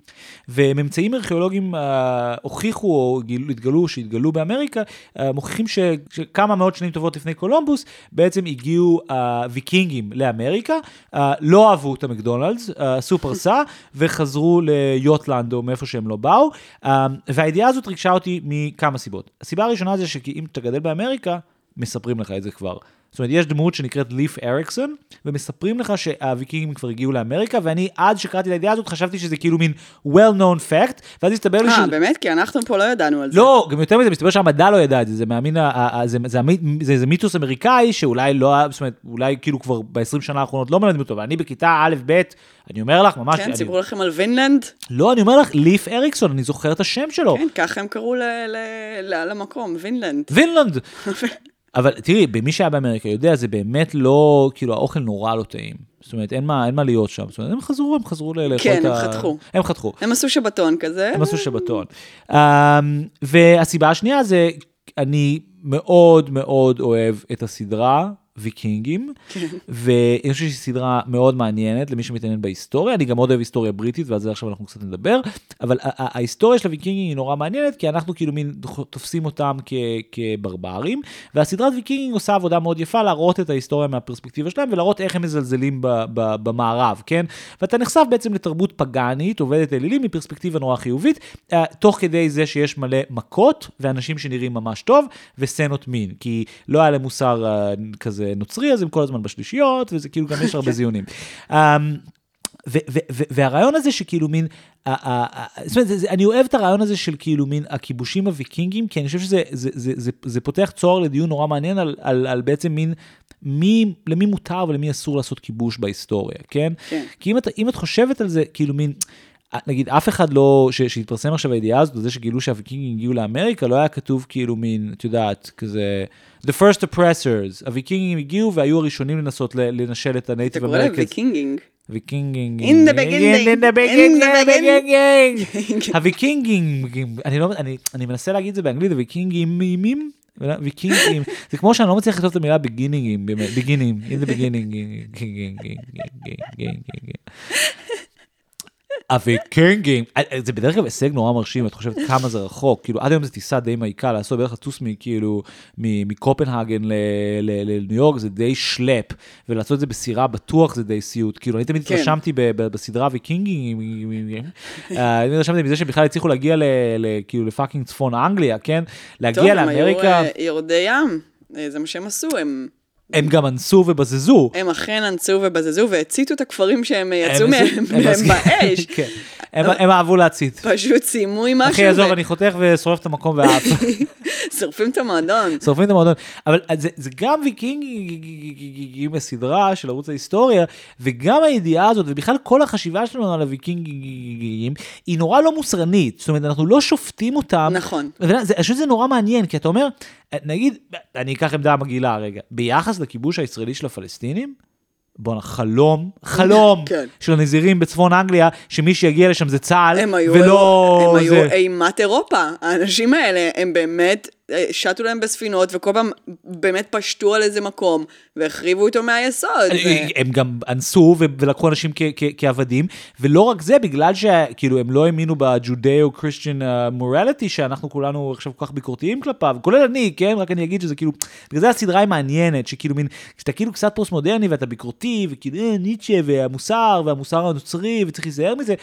וממצאים ארכיאולוגיים אה, הוכיחו או גילו- התגלו, שהתגלו באמריקה, אה, מוכיחים ש- שכמה מאות שנים טובות לפני קולומבוס, בעצם הגיעו אה, ויקינגים לאמריקה, אה, לא אהבו את המקדונלדס, אה, עשו פרסה, *laughs* וחזרו ליוטלנד או מאיפה שהם לא באו, אה, והידיעה הזאת ריגשה אותי מכמה סיבות. הסיבה הראשונה זה שאם אתה גדל באמריקה, מספרים לך את זה כבר. זאת אומרת, יש דמות שנקראת ליף אריקסון, ומספרים לך שהוויקינגים כבר הגיעו לאמריקה, ואני עד שקראתי את הידיעה הזאת חשבתי שזה כאילו מין well known fact, ואז הסתבר לי
אה,
שזה...
באמת? כי אנחנו פה לא ידענו על זה.
לא, גם יותר מזה, מסתבר שהמדע לא ידע את זה, זה מאמין, ה- ה- ה- זה- זה המי- זה איזה מיתוס אמריקאי שאולי לא, היה- זאת אומרת, אולי כאילו כבר ב-20 שנה האחרונות לא מלמדים אותו, ואני בכיתה א', ב', אני אומר לך, ממש,
כן,
אני-
סיפרו לכם על וינלנד?
לא, אני אומר לך, ליף אריקסון, אני זוכר את השם שלו,
כן, ככה הם קראו ל- ל- ל- למקום, וינלנד. *laughs*
וינלנד. אבל תראי, במי שהיה באמריקה יודע, זה באמת לא, כאילו, האוכל נורא לא טעים. זאת אומרת, אין מה, אין מה להיות שם. זאת אומרת, הם חזרו, הם חזרו ל- לאכול
כן,
את
הם
ה-
חתכו.
הם חתכו.
הם עשו שבתון כזה.
הם עשו שבתון. Um, והסיבה השנייה זה, אני מאוד מאוד אוהב את הסדרה ויקינגים, ואני חושב שהיא סדרה מאוד מעניינת למי שמתעניין בהיסטוריה, אני גם מאוד אוהב היסטוריה בריטית, ועל זה עכשיו אנחנו קצת נדבר, אבל ה- ה- ההיסטוריה של הוויקינגים היא נורא מעניינת, כי אנחנו כאילו מין דח- תופסים אותם כ- כברברים, והסדרת ויקינגים עושה עבודה מאוד יפה להראות את ההיסטוריה מהפרספקטיבה שלהם, ולהראות איך הם מזלזלים ב- ב- במערב, כן? ואתה נחשף בעצם לתרבות פגאנית, עובדת אלילים, מפרספקטיבה נורא חיובית, אה, תוך כדי זה שיש מלא מכות, ואנשים שנראים ממש טוב, וסצנות מין, כי לא היה להם מוסר אה, כזה נוצרי, אז הם כל הזמן בשלישיות, וזה כאילו גם יש הרבה זיונים. אמ, ו- ו- ו- והרעיון הזה שכאילו מין, ה- ה- ה- זאת אומרת, זה- זה- אני אוהב את הרעיון הזה של כאילו מין הכיבושים הוויקינגים, כי אני חושב שזה זה- זה- זה- זה פותח צוהר לדיון נורא מעניין על- על על בעצם מין, מי, למי מותר ולמי אסור לעשות כיבוש בהיסטוריה, כן?
כן.
כי אם את, אם את חושבת על זה, כאילו מין, נגיד אף אחד לא, ש, שהתפרסם עכשיו הידיעה הזאת, זה שגילו שהוויקינגים הגיעו לאמריקה, לא היה כתוב כאילו מין, את יודעת, כזה, The first oppressors, הוויקינגים הגיעו והיו הראשונים לנסות ל- לנשל את *laughs*
אתה
הנייטיב
קורא להם
אמריקה.
ויקינגינג.
ויקינגים.
In the beginning,
In the
in the
beginning. הוויקינגים. אני לא, אני, אני מנסה להגיד את זה באנגלית, הוויקינגימים. ויקינגים, זה כמו שאני לא מצליח לכתוב את המילה בגינינגים, באמת, בגינים, in the beginning, הוויקינגים, אה, זה בדרך כלל הישג נורא מרשים, את חושבת כמה זה רחוק, כאילו עד היום זו טיסה די מעיקה, לעשות בערך לטוס מכאילו, מ- מקופנהגן ל- ל- לניו יורק זה די שלאפ, ולעשות את זה בסירה בטוח זה די סיוט, כאילו אני תמיד
כן.
התרשמתי ב- ב- בסדרה הוויקינגים, אה, אני התרשמתי מזה שהם בכלל הצליחו להגיע ל- ל- כאילו לפאקינג צפון אנגליה, כן?
טוב,
להגיע
הם היו
לאמריקה,
אה, יורדי ים. אה, זה מה שהם עשו, הם...
הם גם אנסו ובזזו.
הם אכן אנסו ובזזו והציתו את הכפרים שהם אה,
הם
יצאו מהם
עשו- הם
מהם
עשו-
באש.
*laughs* כן. הם- הם אהבו להצית.
פשוט סיימו עם *laughs* משהו
אחי, עזוב, אני חותך ושורף את המקום ואף.
ושורפים את המועדון.
שורפים את המועדון. אבל זה, זה גם ויקינגים בסדרה של ערוץ ההיסטוריה, וגם הידיעה הזאת, ובכלל כל החשיבה שלנו על הוויקינגים, היא נורא לא מוסרנית. זאת אומרת, אנחנו לא שופטים אותם.
נכון.
אתה יודע, זה- אני חושב שזה נורא מעניין, כי אתה אומר, נגיד, אני אקח עמדה מגעילה רגע, ביחס לכיבוש הישראלי של הפלסטינים, בואנה, חלום, חלום
כן.
של הנזירים בצפון אנגליה, שמי שיגיע לשם זה צה"ל,
הם היו,
ולא...
הם היו
זה.
אימת אירופה, האנשים האלה, הם באמת אה, שטו להם בספינות, וכל פעם באמת פשטו על איזה מקום, והחריבו אותו מהיסוד. זה-
הם גם אנסו ו- ולקחו אנשים כ- כ- כעבדים, ולא רק זה, בגלל שכאילו הם לא האמינו בג'ודאו-קריסטיאן אה, מורליטי, שאנחנו כולנו עכשיו כל כך ביקורתיים כלפיו, כולל אני, כן? רק אני אגיד שזה כאילו, בגלל זה הסדרה היא מעניינת, שכאילו מין, כשאתה כאילו קצת פוסט-מודרני ואתה ביקורתי, וכאילו אה, ניטשה והמוסר והמוסר הנוצרי, וצריך להיזהר מזה.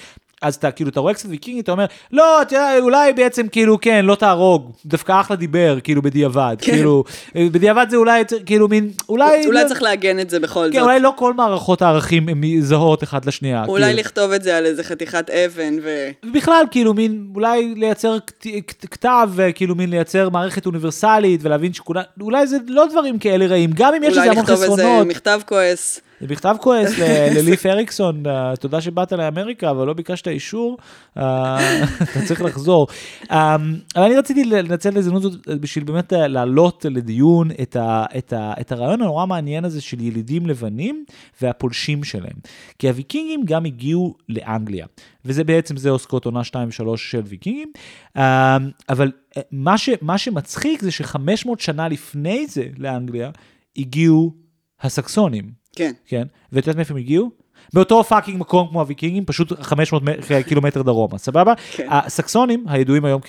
אז אתה כאילו, אתה רואה קצת ויקינגי, אתה אומר, לא, אתה יודע, אולי בעצם כאילו, כן, לא תהרוג, דווקא אחלה דיבר, כאילו, בדיעבד.
כן.
כאילו, אה, בדיעבד זה אולי, צ- כאילו, מין, אולי...
אולי צריך לעגן את זה בכל
כן,
זאת.
אולי לא כל מערכות הערכים הן זהות אחת לשנייה.
אולי
כאילו.
לכתוב את זה על איזה חתיכת אבן ו...
ובכלל, כאילו, מין, אולי לייצר כת- כת- כתב, אה, כאילו, מין לייצר מערכת אוניברסלית, ולהבין שכולם, אולי זה לא דברים כאלה רעים, גם אם יש
אולי
לזה המון
לכתוב איזה
חסרונות.
מכתב כועס.
זה מכתב כועס ל- לליף אריקסון, אה, תודה שבאת לאמריקה, אבל לא ביקשת אישור, אה, *laughs* אתה צריך לחזור. אה, אבל אני רציתי לנצל את ההזדמנות הזאת בשביל באמת אה, להעלות לדיון את ה- את ה- את הרעיון הנורא מעניין הזה של ילידים לבנים והפולשים שלהם. כי הוויקינגים גם הגיעו לאנגליה, וזה בעצם, זה עוסקות עונה 2 ו-3 של ויקינגים, אה, אבל אה, מה ש- מה שמצחיק זה ש-500 שנה לפני זה לאנגליה, הגיעו הסקסונים.
כן.
כן, ואת יודעת מאיפה הם הגיעו? באותו פאקינג מקום כמו הוויקינגים, פשוט 500 מ- *laughs* קילומטר דרומה, סבבה?
כן.
הסקסונים, הידועים היום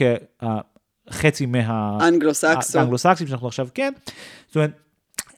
כחצי מה...
אנגלו-סקסו.
האנגלוסקסים שאנחנו עכשיו כן. זאת אומרת,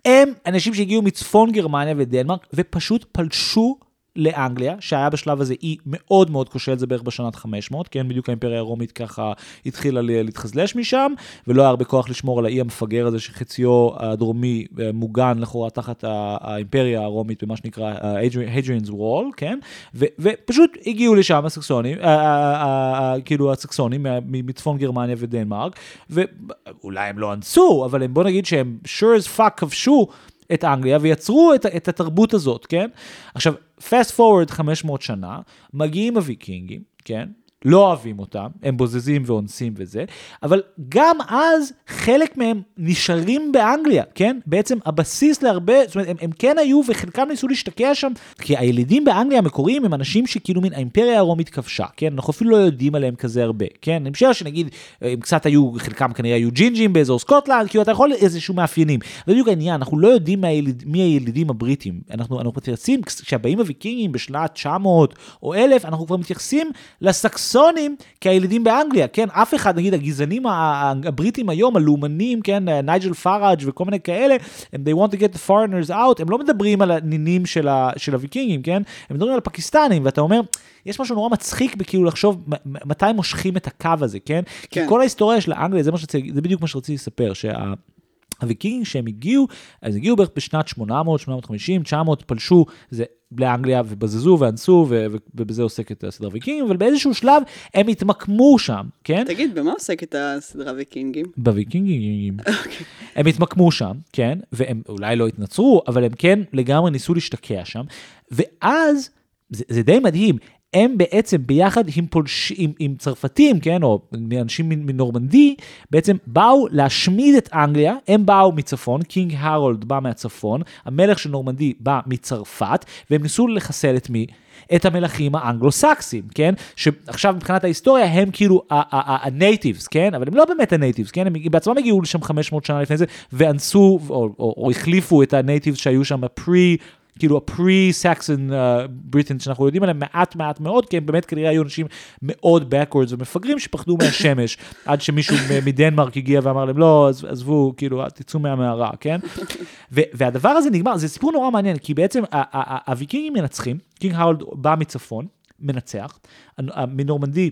הם אנשים שהגיעו מצפון גרמניה ודנמרק ופשוט פלשו לאנגליה, שהיה בשלב הזה אי מאוד מאוד כושל, זה בערך בשנת 500, כן, בדיוק האימפריה הרומית ככה התחילה ל- להתחזלש משם, ולא היה הרבה כוח לשמור על האי המפגר הזה שחציו הדרומי אה, מוגן לכאורה תחת ה- האימפריה הרומית במה שנקרא אה, הדריאנס וול, כן, ו- ופשוט הגיעו לשם הסקסונים, אה, אה, אה, אה, כאילו הסקסונים מה- מ- מצפון גרמניה ודנמרק, ואולי הם לא אנסו, אבל הם בוא נגיד שהם sure as fuck כבשו את אנגליה ויצרו את, ה- את התרבות הזאת, כן? עכשיו, fast forward 500 שנה, מגיעים הוויקינגים, כן? לא אוהבים אותם, הם בוזזים ואונסים וזה, אבל גם אז חלק מהם נשארים באנגליה, כן? בעצם הבסיס להרבה, זאת אומרת, הם, הם כן היו וחלקם ניסו להשתקע שם, כי הילידים באנגליה המקוריים הם אנשים שכאילו מן האימפריה הרומית כבשה, כן? אנחנו אפילו לא יודעים עליהם כזה הרבה, כן? אני משער שנגיד, הם קצת היו, חלקם כנראה היו ג'ינג'ים באזור סקוטלנד, כאילו אתה יכול איזשהו מאפיינים. זה בדיוק העניין, אנחנו לא יודעים מהיליד, מי הילידים הבריטים. אנחנו, אנחנו מתייחסים, כש- כשבאים הוויקינגים בשנת 900 או 1000, אנחנו כבר מתייחסים לסקסונים כילידים באנגליה, כן? אף אחד, נגיד הגזענים ה- ה- הבריטים היום, הלאומנים, כן? אה, נייג'ל פאראג' וכל מיני כאלה, הם they want to get the foreigners out, הם לא מדברים על הנינים של, ה, של הוויקינגים, כן? הם מדברים על הפקיסטנים, ואתה אומר, יש משהו נורא מצחיק בכאילו לחשוב מ- מ- מתי מושכים את הקו הזה, כן? כי
כן.
כל ההיסטוריה של האנגליה, זה, מה שרציתי, זה בדיוק מה שרציתי לספר, שה... הוויקינגים שהם הגיעו, אז הגיעו בערך בשנת 800, 850, 900, פלשו זה לאנגליה ובזזו ואנסו, ו- ו- ובזה עוסקת הסדרה ויקינגים, אבל באיזשהו שלב הם התמקמו שם, כן?
תגיד, במה עוסקת הסדרה ויקינגים?
בוויקינגים. הם התמקמו שם, כן, והם אולי לא התנצרו, אבל הם כן לגמרי ניסו להשתקע שם, ואז, זה, זה די מדהים, הם בעצם ביחד עם, פולש, עם, עם צרפתים, כן, או אנשים מ- מנורמנדי, בעצם באו להשמיד את אנגליה, הם באו מצפון, קינג הרולד בא מהצפון, המלך של נורמנדי בא מצרפת, והם ניסו לחסל את מי? את המלכים האנגלו-סקסים, כן? שעכשיו מבחינת ההיסטוריה הם כאילו ה- ה- ה- הנייטיבס, כן? אבל הם לא באמת הנייטיבס, כן? הם בעצמם הגיעו לשם 500 שנה לפני זה, ואנסו או, או, או החליפו את הנייטיבס שהיו שם הפרי... כאילו הפרי-סקסון בריטן שאנחנו יודעים עליהם מעט מעט מאוד, כי הם באמת כנראה היו אנשים מאוד backwards ומפגרים שפחדו מהשמש, עד שמישהו מ- מדנמרק הגיע ואמר להם, לא, עז- עזבו, כאילו, תצאו מהמערה, כן? ו- והדבר הזה נגמר, זה סיפור נורא מעניין, כי בעצם ה- ה- ה- הוויקינגים מנצחים, קינג הרולד בא מצפון, מנצח, הנ- ה- מנורמנדי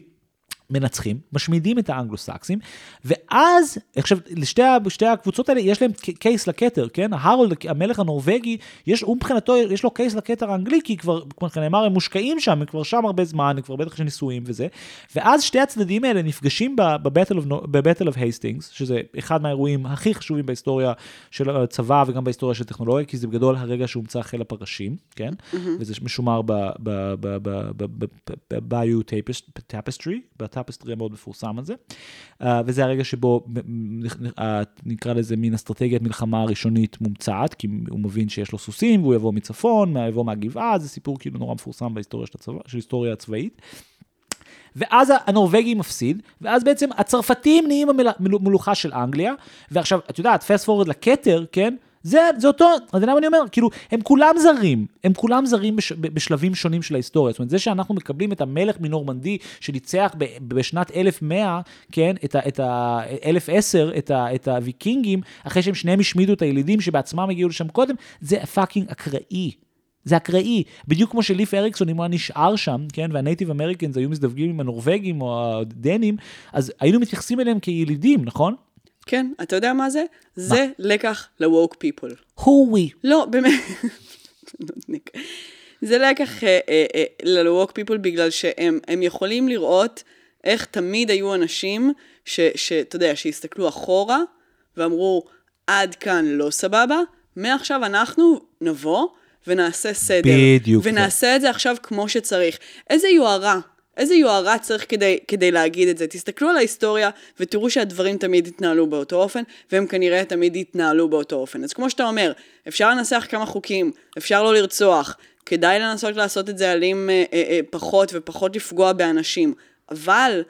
מנצחים, משמידים את האנגלו-סקסים, ואז, עכשיו, לשתי ה- שתי הקבוצות האלה יש להם ק- קייס לכתר, כן? הרולד, המלך הנורבגי, יש, הוא מבחינתו, יש לו קייס לכתר האנגלי, כי כבר, כמו שנאמר, הם מושקעים שם, הם כבר שם הרבה זמן, הם כבר בטח של נישואים וזה, ואז שתי הצדדים האלה נפגשים ב- בבטל אוף נו- בבטל אוף הייסטינגס, שזה אחד מהאירועים הכי חשובים בהיסטוריה של הצבא וגם בהיסטוריה של טכנולוגיה, כי זה בגדול הרגע שהומצא חיל הפרשים, כן? וזה משומר בביוטפסטרי, בטפסטרי המאוד מפורסם הזה. אה, וזה הרגע שבו מ- מ- אה, נקרא לזה מין אסטרטגיית מלחמה ראשונית מומצאת, כי הוא מבין שיש לו סוסים והוא יבוא מצפון, מה- יבוא מהגבעה, זה סיפור כאילו נורא מפורסם בהיסטוריה של הצבא, של היסטוריה הצבאית. ואז הנורבגי מפסיד, ואז בעצם הצרפתים נהיים המלוכה של אנגליה, ועכשיו, את יודעת, פסט פורוד לכתר, כן? זה, זה אותו, אז למה אני אומר, כאילו, הם כולם זרים, הם כולם זרים בש, ב- בשלבים שונים של ההיסטוריה. זאת אומרת, זה שאנחנו מקבלים את המלך מנורמנדי שניצח ב, בשנת 1100, כן, את ה, את ה, 1010, את, ה, את הוויקינגים, אחרי שהם שניהם השמידו את הילידים שבעצמם הגיעו לשם קודם, זה פאקינג אקראי. זה אקראי. בדיוק כמו שליף אריקסון, אם הוא היה נשאר שם, כן, והנייטיב אמריקנס היו מזדווגים עם הנורבגים או הדנים, אז היינו מתייחסים אליהם כילידים, נכון?
כן, אתה יודע מה זה? זה לקח ל-woke people.
who we.
לא, באמת. נודניק. זה לקח אה, אה, אה, ל-woke people בגלל שהם הם יכולים לראות איך תמיד היו אנשים ש- שאתה יודע, שהסתכלו אחורה ואמרו, עד כאן לא סבבה, מעכשיו אנחנו נבוא ונעשה סדר.
בדיוק זה.
ונעשה את זה עכשיו כמו שצריך. איזה יוהרה. איזה יוהרה צריך כדי, כדי להגיד את זה? תסתכלו על ההיסטוריה ותראו שהדברים תמיד התנהלו באותו אופן, והם כנראה תמיד התנהלו באותו אופן. אז כמו שאתה אומר, אפשר לנסח כמה חוקים, אפשר לא לרצוח, כדאי לנסות לעשות את זה אלים אה, אה, אה, פחות ופחות לפגוע באנשים, אבל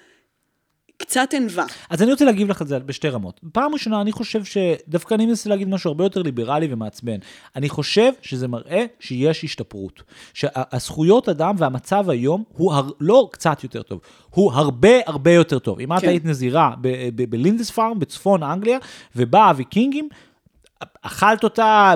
קצת ענווה.
אז אני רוצה להגיב לך על זה בשתי רמות. פעם ראשונה, אני חושב שדווקא אני מנסה להגיד משהו הרבה יותר ליברלי ומעצבן. אני חושב שזה מראה שיש השתפרות. שהזכויות אדם והמצב היום הוא הר... לא קצת יותר טוב, הוא הרבה הרבה יותר טוב. אם את
כן.
היית נזירה ב- ב- בלינדס פארם, בצפון אנגליה, ובאה הוויקינגים, אכלת אותה,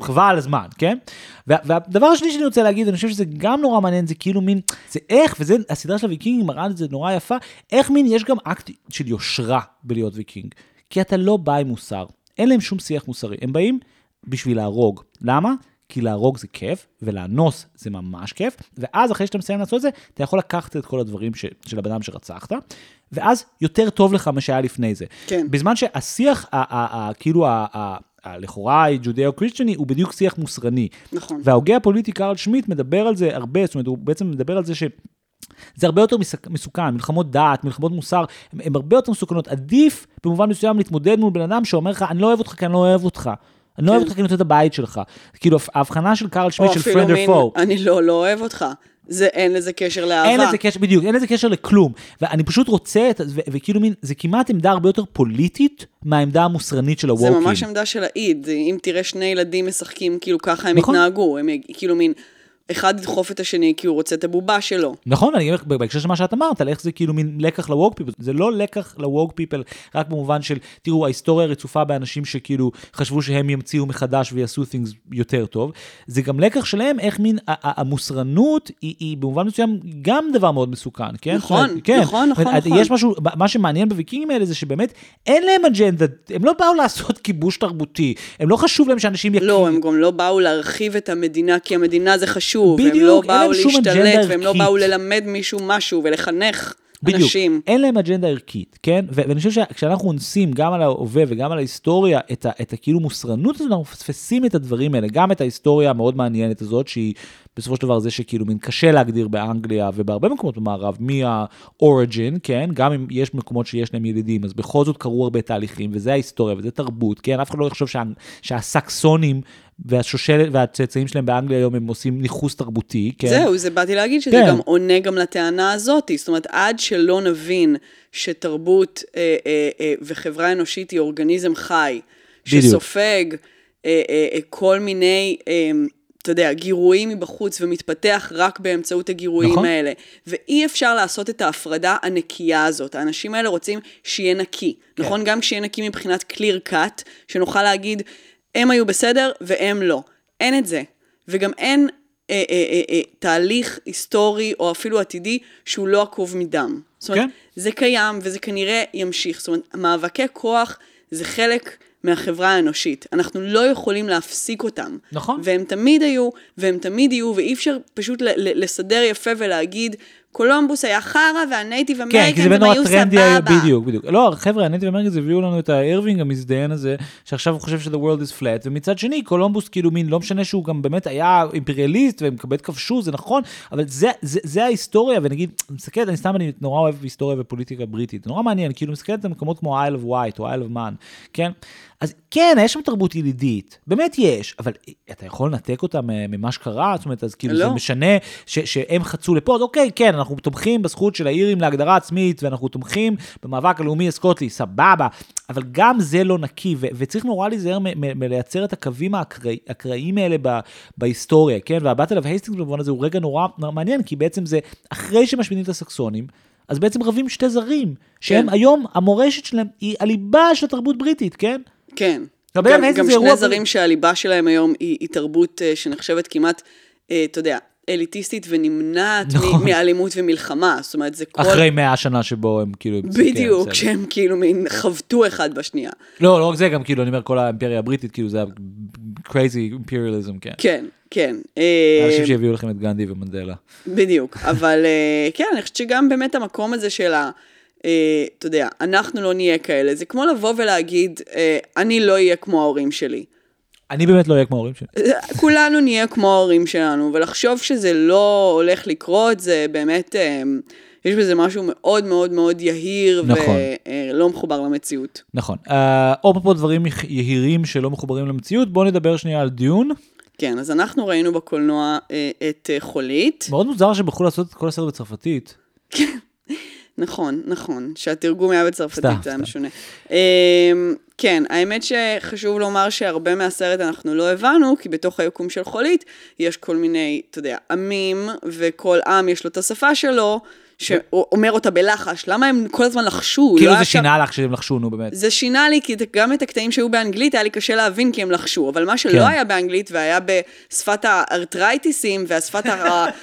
חבל על הזמן, כן? וה- והדבר השני שאני רוצה להגיד, אני חושב שזה גם נורא מעניין, זה כאילו מין, זה איך, וזה, הסדרה של הוויקינגים מראה את זה נורא יפה, איך מין, יש גם אקט של יושרה בלהיות ויקינג. כי אתה לא בא עם מוסר, אין להם שום שיח מוסרי, הם באים בשביל להרוג. למה? כי להרוג זה כיף, ולאנוס זה ממש כיף, ואז אחרי שאתה מסיים לעשות את זה, אתה יכול לקחת את כל הדברים ש, של הבן אדם שרצחת, ואז יותר טוב לך מה שהיה לפני זה.
כן.
בזמן שהשיח, ה- ה- ה- כאילו, ה- ה- ה- לכאורה הג'ודאו-קריסטיאני, הוא בדיוק שיח מוסרני.
נכון.
וההוגה הפוליטי קרל שמיט מדבר על זה הרבה, זאת אומרת, הוא בעצם מדבר על זה ש... זה הרבה יותר מסק- מסוכן, מלחמות דת, מלחמות מוסר, הן- הן הרבה יותר מסוכנות. עדיף במובן מסוים להתמודד מול בן אדם שאומר לך, אני לא אוהב אותך כי אני לא אוהב אותך. אני לא אוהב
כן.
אותך כי אני רוצה את הבית שלך. כאילו, ההבח- ההבחנה של קרל שמיט
או
של
אפילו
friend or
מין,
foe.
אני לא, לא אוהב אותך. זה, אין לזה קשר לאהבה.
אין לזה קשר, בדיוק, אין לזה קשר לכלום. ואני פשוט רוצה, את, ה- ו, וכאילו מין, זה כמעט עמדה הרבה יותר פוליטית מהעמדה המוסרנית של
זה
הווקים.
ממש עמדה של האיד, זה אם תראה שני ילדים משחקים, כאילו ככה הם
נכון.
התנהגו, הם יג- כאילו מין, אחד ידחוף את השני כי הוא רוצה את הבובה שלו.
נכון, אני אומר, בהקשר של מה שאת אמרת, על איך זה כאילו מין לקח ל-woke people, זה לא לקח ל-woke people רק במובן של, תראו, ההיסטוריה רצופה באנשים שכאילו חשבו שהם ימציאו מחדש ויעשו things יותר טוב, זה גם לקח שלהם איך מין, ה- ה- המוסרנות היא, היא במובן מסוים גם דבר מאוד מסוכן, כן?
נכון,
זאת אומרת, כן.
נכון, נכון,
זאת אומרת,
נכון.
יש משהו, מה שמעניין בוויקינגים האלה זה שבאמת אין להם אג'נדה, הם לא באו לעשות כיבוש תרבותי, הם לא חשוב להם שאנשים יכירו.
לא, הם גם לא באו להרחיב את המדינה, כי המדינה זה חשוב. הם
בדיוק,
לא
אין להם
באו
שום
להשתלט,
אג'נדה
והם לא
ערכית.
באו ללמד מישהו משהו ולחנך
בדיוק,
אנשים.
אין להם אג'נדה ערכית, כן? ו- ואני חושב שכשאנחנו אונסים גם על ההווה וגם על ההיסטוריה את, ה- את הכאילו מוסרנות הזאת, אנחנו מפספסים את הדברים האלה, גם את ההיסטוריה המאוד מעניינת הזאת, שהיא בסופו של דבר זה שכאילו מין קשה להגדיר באנגליה ובהרבה מקומות במערב, מה-origin, כן? גם אם יש מקומות שיש להם ילידים, אז בכל זאת קרו הרבה תהליכים, וזה ההיסטוריה וזה תרבות, כן? אף אחד לא יחשוב שה- שהסקסונים והשושלת והצאצאים שלהם באנגליה היום הם עושים ניכוס תרבותי, כן?
זהו, זה באתי להגיד שזה
כן.
גם עונה גם לטענה הזאת. זאת אומרת, עד שלא נבין שתרבות אה, אה, אה, וחברה אנושית היא אורגניזם חי,
בדיוק.
שסופג אה, אה, אה, כל מיני, אה, אתה יודע, גירויים מבחוץ ומתפתח רק באמצעות הגירויים
נכון.
האלה. ואי אפשר לעשות את ההפרדה הנקייה הזאת. האנשים האלה רוצים שיהיה נקי. נכון? גם כשיהיה נקי מבחינת clear cut, שנוכל להגיד, הם היו בסדר והם לא. אין את זה. וגם אין אה, אה, אה, אה, תהליך היסטורי או אפילו עתידי שהוא לא עקוב מדם. זאת אומרת,
כן.
זה קיים וזה כנראה ימשיך. זאת אומרת, מאבקי כוח זה חלק מהחברה האנושית. אנחנו לא יכולים להפסיק אותם.
נכון.
והם תמיד היו, והם תמיד יהיו, ואי אפשר פשוט ל- ל- לסדר יפה ולהגיד, קולומבוס היה חרא והנייטיב
כן, כי זה
אמריקאים
באמת
הם
נורא
היו
טרנדי,
סבבה.
בדיוק, בדיוק. לא, חבר'ה, הנטיב אמריקאנס הביאו לנו את האירווינג המזדיין הזה, שעכשיו הוא חושב ש-the world is flat, ומצד שני, קולומבוס כאילו מין, לא משנה שהוא גם באמת היה אימפריאליסט, והם באמת כבשו, זה נכון, אבל זה- זה זה ההיסטוריה, ונגיד, מסתכל, אני סתם, אני נורא אוהב היסטוריה ופוליטיקה בריטית, זה נורא מעניין, כאילו, מסתכל על מקומות כמו Isle of White או Isle of Man, כן? אז כן, יש שם תרבות ילידית, באמת יש, אבל אתה יכול לנתק אותה מ- ממה שקרה, זאת אומרת, אז כאילו, זה
לא.
משנה ש- שהם חצו לפה, אז אוקיי, כן, אנחנו תומכים בזכות של האירים להגדרה עצמית, ואנחנו תומכים במאבק הלאומי הסקוטי, סבבה, אבל גם זה לא נקי, ו- וצריך נורא להיזהר מ- מ- מלייצר את הקווים האקראי- האקראיים האלה ב- בהיסטוריה, כן? והבת עליו הייסטינגס במובן הזה הוא רגע נורא מעניין, כי בעצם זה, אחרי שמשמידים את הסקסונים, אז בעצם רבים שתי זרים, שהם
כן.
היום, המורשת שלהם היא הליבה של התרבות הבריטית, כן?
כן.
גם
גם,
בעצם
גם
זה
שני
אירוע-
זרים שהליבה שלהם היום היא, היא תרבות אה, שנחשבת כמעט אה, אתה יודע, אליטיסטית ונמנעת מ-
נכון.
מאלימות ומלחמה. זאת אומרת, זה כל...
אחרי 100 שנה שבו הם כאילו... כן,
בדיוק,
בסדר.
שהם כאילו מין חבטו אחד בשנייה.
לא, לא רק זה, גם כאילו, אני אומר, כל האימפריה הבריטית, כאילו, זה ה-crazy imperialism, כן.
כן, כן. אה,
האנשים שהביאו לכם את גנדי ומנדלה.
בדיוק, אבל אה, כן, אני חושבת שגם באמת המקום הזה של ה... אה, אתה יודע, אנחנו לא נהיה כאלה. זה כמו לבוא ולהגיד, אה, אני לא אהיה כמו ההורים שלי.
אני באמת לא אהיה כמו ההורים שלי.
אה, כולנו נהיה כמו ההורים שלנו, ולחשוב שזה לא הולך לקרות, זה באמת, אה, יש בזה משהו מאוד מאוד מאוד יהיר,
נכון.
ולא מחובר למציאות.
נכון. אה, עוד פה דברים יח- יהירים שלא מחוברים למציאות, בואו נדבר שנייה על דיון.
כן, אז אנחנו ראינו בקולנוע אה, את אה, חולית.
מאוד מוזר שהם בחרו לעשות את כל הסרט בצרפתית.
נכון, נכון, שהתרגום היה בצרפתית,
סתם,
זה היה
סתם.
משונה. אמ, כן, האמת שחשוב לומר שהרבה מהסרט אנחנו לא הבנו, כי בתוך היקום של חולית יש כל מיני, אתה יודע, עמים, וכל עם יש לו את השפה שלו, שאומר אותה בלחש, למה הם כל הזמן לחשו?
כאילו
לא היה
זה
שם-
שינה לך שהם לחשו, נו באמת.
זה שינה לי, כי גם את הקטעים שהיו באנגלית היה לי קשה להבין כי הם לחשו, אבל מה שלא
כן.
היה באנגלית והיה בשפת הארטרייטיסים והשפת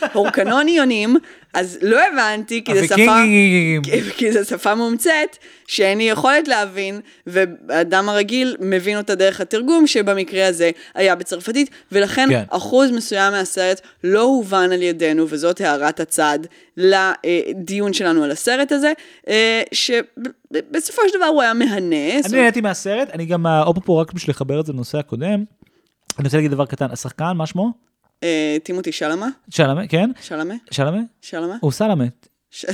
ההורקנוניונים, אז לא הבנתי, כי זו שפה...
הוויקינגים.
כי- כי זו שפה מומצאת, שאין לי יכולת להבין, והאדם הרגיל מבין אותה דרך התרגום, שבמקרה הזה היה בצרפתית, ולכן
כן.
כן. אחוז מסוים מהסרט לא הובן על ידינו, וזאת הערת הצד לדיון שלנו על הסרט הזה, אה, שבסופו של דבר הוא היה מהנה. זאת
אני
אומרת,
נהניתי מהסרט, אני גם, אה, עוד פה רק בשביל לחבר את זה לנושא הקודם. אני רוצה להגיד דבר קטן, השחקן, מה שמו?
אה, טימותי שלמה?
שלמה, כן?
שלמה?
שלמה?
שלמה?
הוא סלמה.
ש-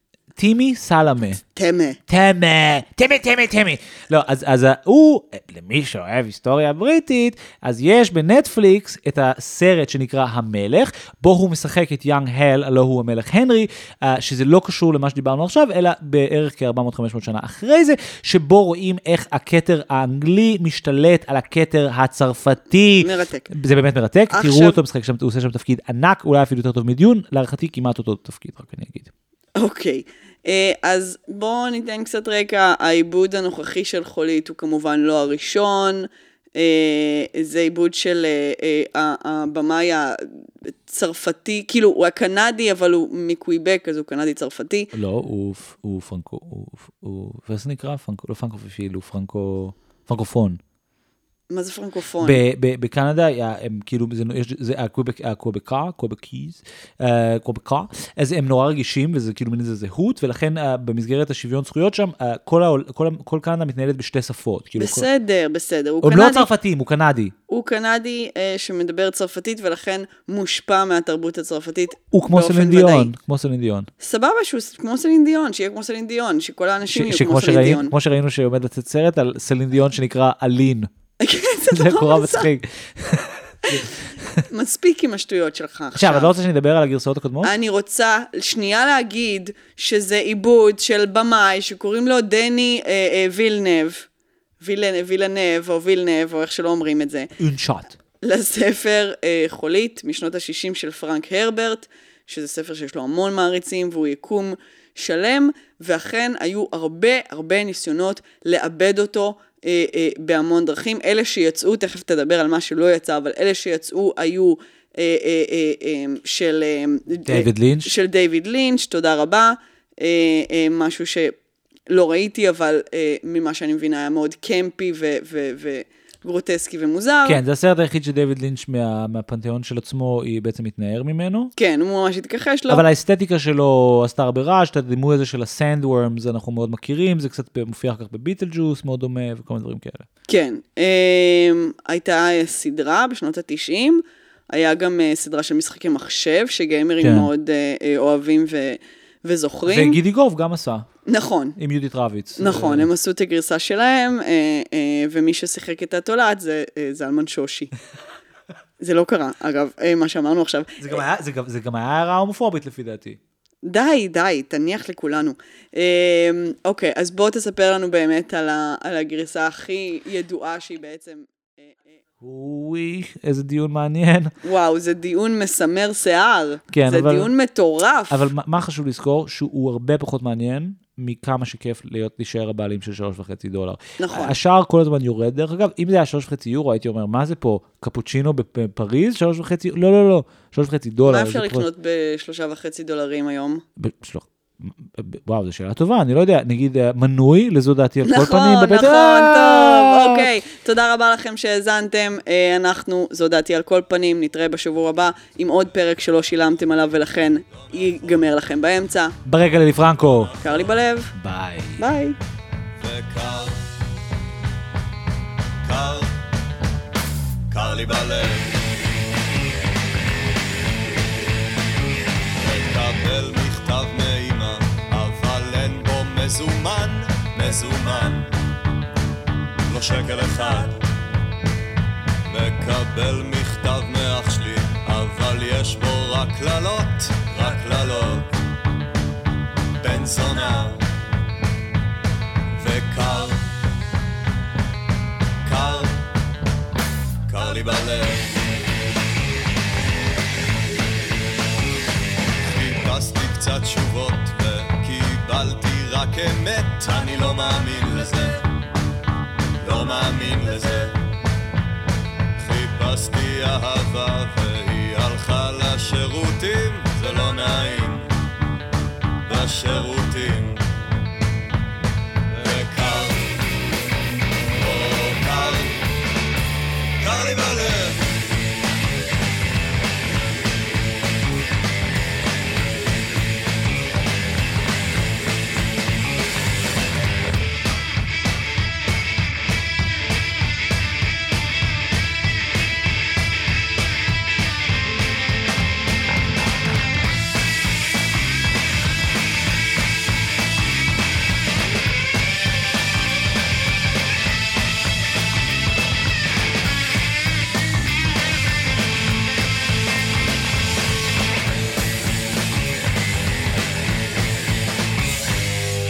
*laughs*
טימי סלמה.
תמה.
תמה, תמה, תמה, תמה. לא, אז, אז ה- הוא, למי שאוהב היסטוריה בריטית, אז יש בנטפליקס את הסרט שנקרא המלך, בו הוא משחק את יאנג הל, הלא הוא המלך הנרי, אה, שזה לא קשור למה שדיברנו עכשיו, אלא בערך כ-400-500 שנה אחרי זה, שבו רואים איך הכתר האנגלי משתלט על הכתר הצרפתי.
מרתק.
זה באמת מרתק,
עכשיו-
תראו אותו משחק שם, הוא עושה שם תפקיד ענק, אולי אפילו יותר טוב מדיון, להערכתי כמעט אותו תפקיד, רק אני אגיד.
אוקיי, אה, אז בואו ניתן קצת רקע. העיבוד הנוכחי של חולית הוא כמובן לא הראשון. אה, זה עיבוד של אה, אה, ה- הבמאי הצרפתי, כאילו הוא הקנדי, אבל הוא מקוויבק, אז הוא קנדי-צרפתי.
לא, הוא, הוא פרנקו, הוא, הוא, ואיך זה נקרא? פרנקו, לא פרנקופיל, הוא פרנקו, פרנקופון.
מה זה פרנקופון?
ב- כאילו, ב- בקנדה, היה- הם כאילו, זה, יש- זה הקוויבק- הקוויבקה, קוויבקיז, אה, קוויבקה, אז הם נורא רגישים, וזה כאילו מין איזה זהות, ולכן אה, במסגרת השוויון זכויות שם, אה, כל, העול, כל, ה- כל קנדה מתנהלת בשתי שפות. כאילו,
בסדר, בסדר.
כל,
הוא
הם לא
קנדי,
צרפתים, הוא קנדי.
הוא קנדי אה, שמדבר צרפתית ולכן מושפע מהתרבות הצרפתית
הוא כמו
באופן
סלין
ודאי.
דיון, כמו סלין דיון.
סבבה שהוא ס- כמו סלין דיון, שיהיה כמו סלין דיון, שכל האנשים
ש-
יהיו
שכמו
כמו סלין דיון. *laughs*
שראינו, כמו שראינו שעומד לצאת סרט על סלין דיון שנקרא אלין.
כן, זה
זה
נורא
קורה
מוזר.
מצחיק.
מספיק עם השטויות שלך
עכשיו, את לא
עכשיו.
רוצה שנדבר על הגרסאות הקודמות?
אני רוצה שנייה להגיד שזה עיבוד של במאי שקוראים לו דני אה, אה, וילנב, וילנב, וילנב או וילנב או איך שלא אומרים את זה,
אונשאט.
לספר אה, חולית משנות ה-60 של פרנק הרברט, שזה ספר שיש לו המון מעריצים והוא יקום שלם, ואכן היו הרבה הרבה ניסיונות לעבד אותו. אה, אה, בהמון דרכים. אלה שיצאו, תכף תדבר על מה שלא יצא, אבל אלה שיצאו היו אה, אה, אה, אה, של... אה,
דיוויד לינץ'.
של דיוויד לינץ', תודה רבה. אה, אה, משהו שלא ראיתי, אבל אה, ממה שאני מבינה היה מאוד קמפי ו- ו- וגרוטסקי ומוזר.
כן, זה הסרט היחיד שדייוויד לינץ' מה, מהפנתיאון של עצמו, היא בעצם מתנער ממנו.
כן, הוא ממש התכחש לו.
אבל האסתטיקה שלו עשתה הרבה רעש, את הדימוי הזה של הסנדוורמס אנחנו מאוד מכירים, זה קצת מופיע אחר כך בביטל ג'וס, מאוד דומה וכל מיני דברים כאלה.
כן, אה, הייתה סדרה בשנות ה-90, היה גם אה, סדרה של משחקי מחשב, שגיימרים
כן.
מאוד אה, אה, אוהבים ו- וזוכרים.
וגידי גוב גם עשה,
נכון,
עם יהודית רביץ.
נכון,
אה,
הם עשו את הגרסה שלהם, אה, אה, ומי ששיחק את התולעת זה אה, זלמן
*laughs*
שושי. זה לא קרה, אגב, אה, מה שאמרנו עכשיו.
זה גם היה- זה גם- זה גם היה הערה הומופובית לפי דעתי.
די, די, תניח לכולנו. אה, אוקיי, אז בוא תספר לנו באמת על ה- על הגרסה הכי ידועה שהיא בעצם... אה, אה,
אוי, איזה דיון מעניין.
וואו, זה דיון מסמר שיער.
כן,
זה
אבל-
דיון מטורף.
אבל מה- מה חשוב לזכור? שהוא הרבה פחות מעניין מכמה שכיף להיות, להישאר הבעלים של שלוש וחצי דולר.
נכון.
השער כל הזמן יורד, דרך אגב, אם זה היה שלוש וחצי יורו, הייתי אומר, מה זה פה, קפוצ'ינו בפריז? שלוש וחצי, לא, לא, לא, שלוש וחצי דולר.
מה אפשר
זה פחות-
לקנות בשלושה וחצי דולרים היום?
ב- שלוח- ב- וואו, זו שאלה טובה, אני לא יודע, נגיד אה, מנוי, לזו דעתי על כל
נכון,
פנים. בבית-
נכון,
אה!
טוב, אוקיי. תודה רבה לכם שהאזנתם. אה, אנחנו, זו דעתי על כל פנים, נתראה בשבוע הבא עם עוד פרק שלא שילמתם עליו ולכן ייגמר לכם באמצע.
ברקע ללי פרנקו,
קר לי בלב,
ביי.
ביי.
וקר, קר, קר לי בלב. מקבל מכתב מאימא, אבל אין בו מזומן, מזומן. לא שקל אחד. מקבל מכתב מאח שלי, אבל יש בו רק קללות, רק קללות. בן זונה. וקר, קר, קר לי בלב. חיפשתי קצת תשובות וקיבלתי רק אמת, אני לא מאמין לזה, לא מאמין לזה. חיפשתי אהבה והיא הלכה לשירותים, זה לא נעים, לשירותים. וקר, או קר, קר לי בלב.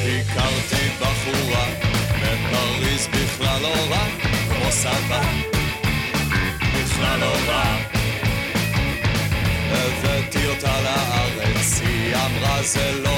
הכרתי בחורה, בפריז בכלל לא רע, כמו סבא, בכלל לא רע. הבאתי אותה לארץ, היא אמרה זה לא לא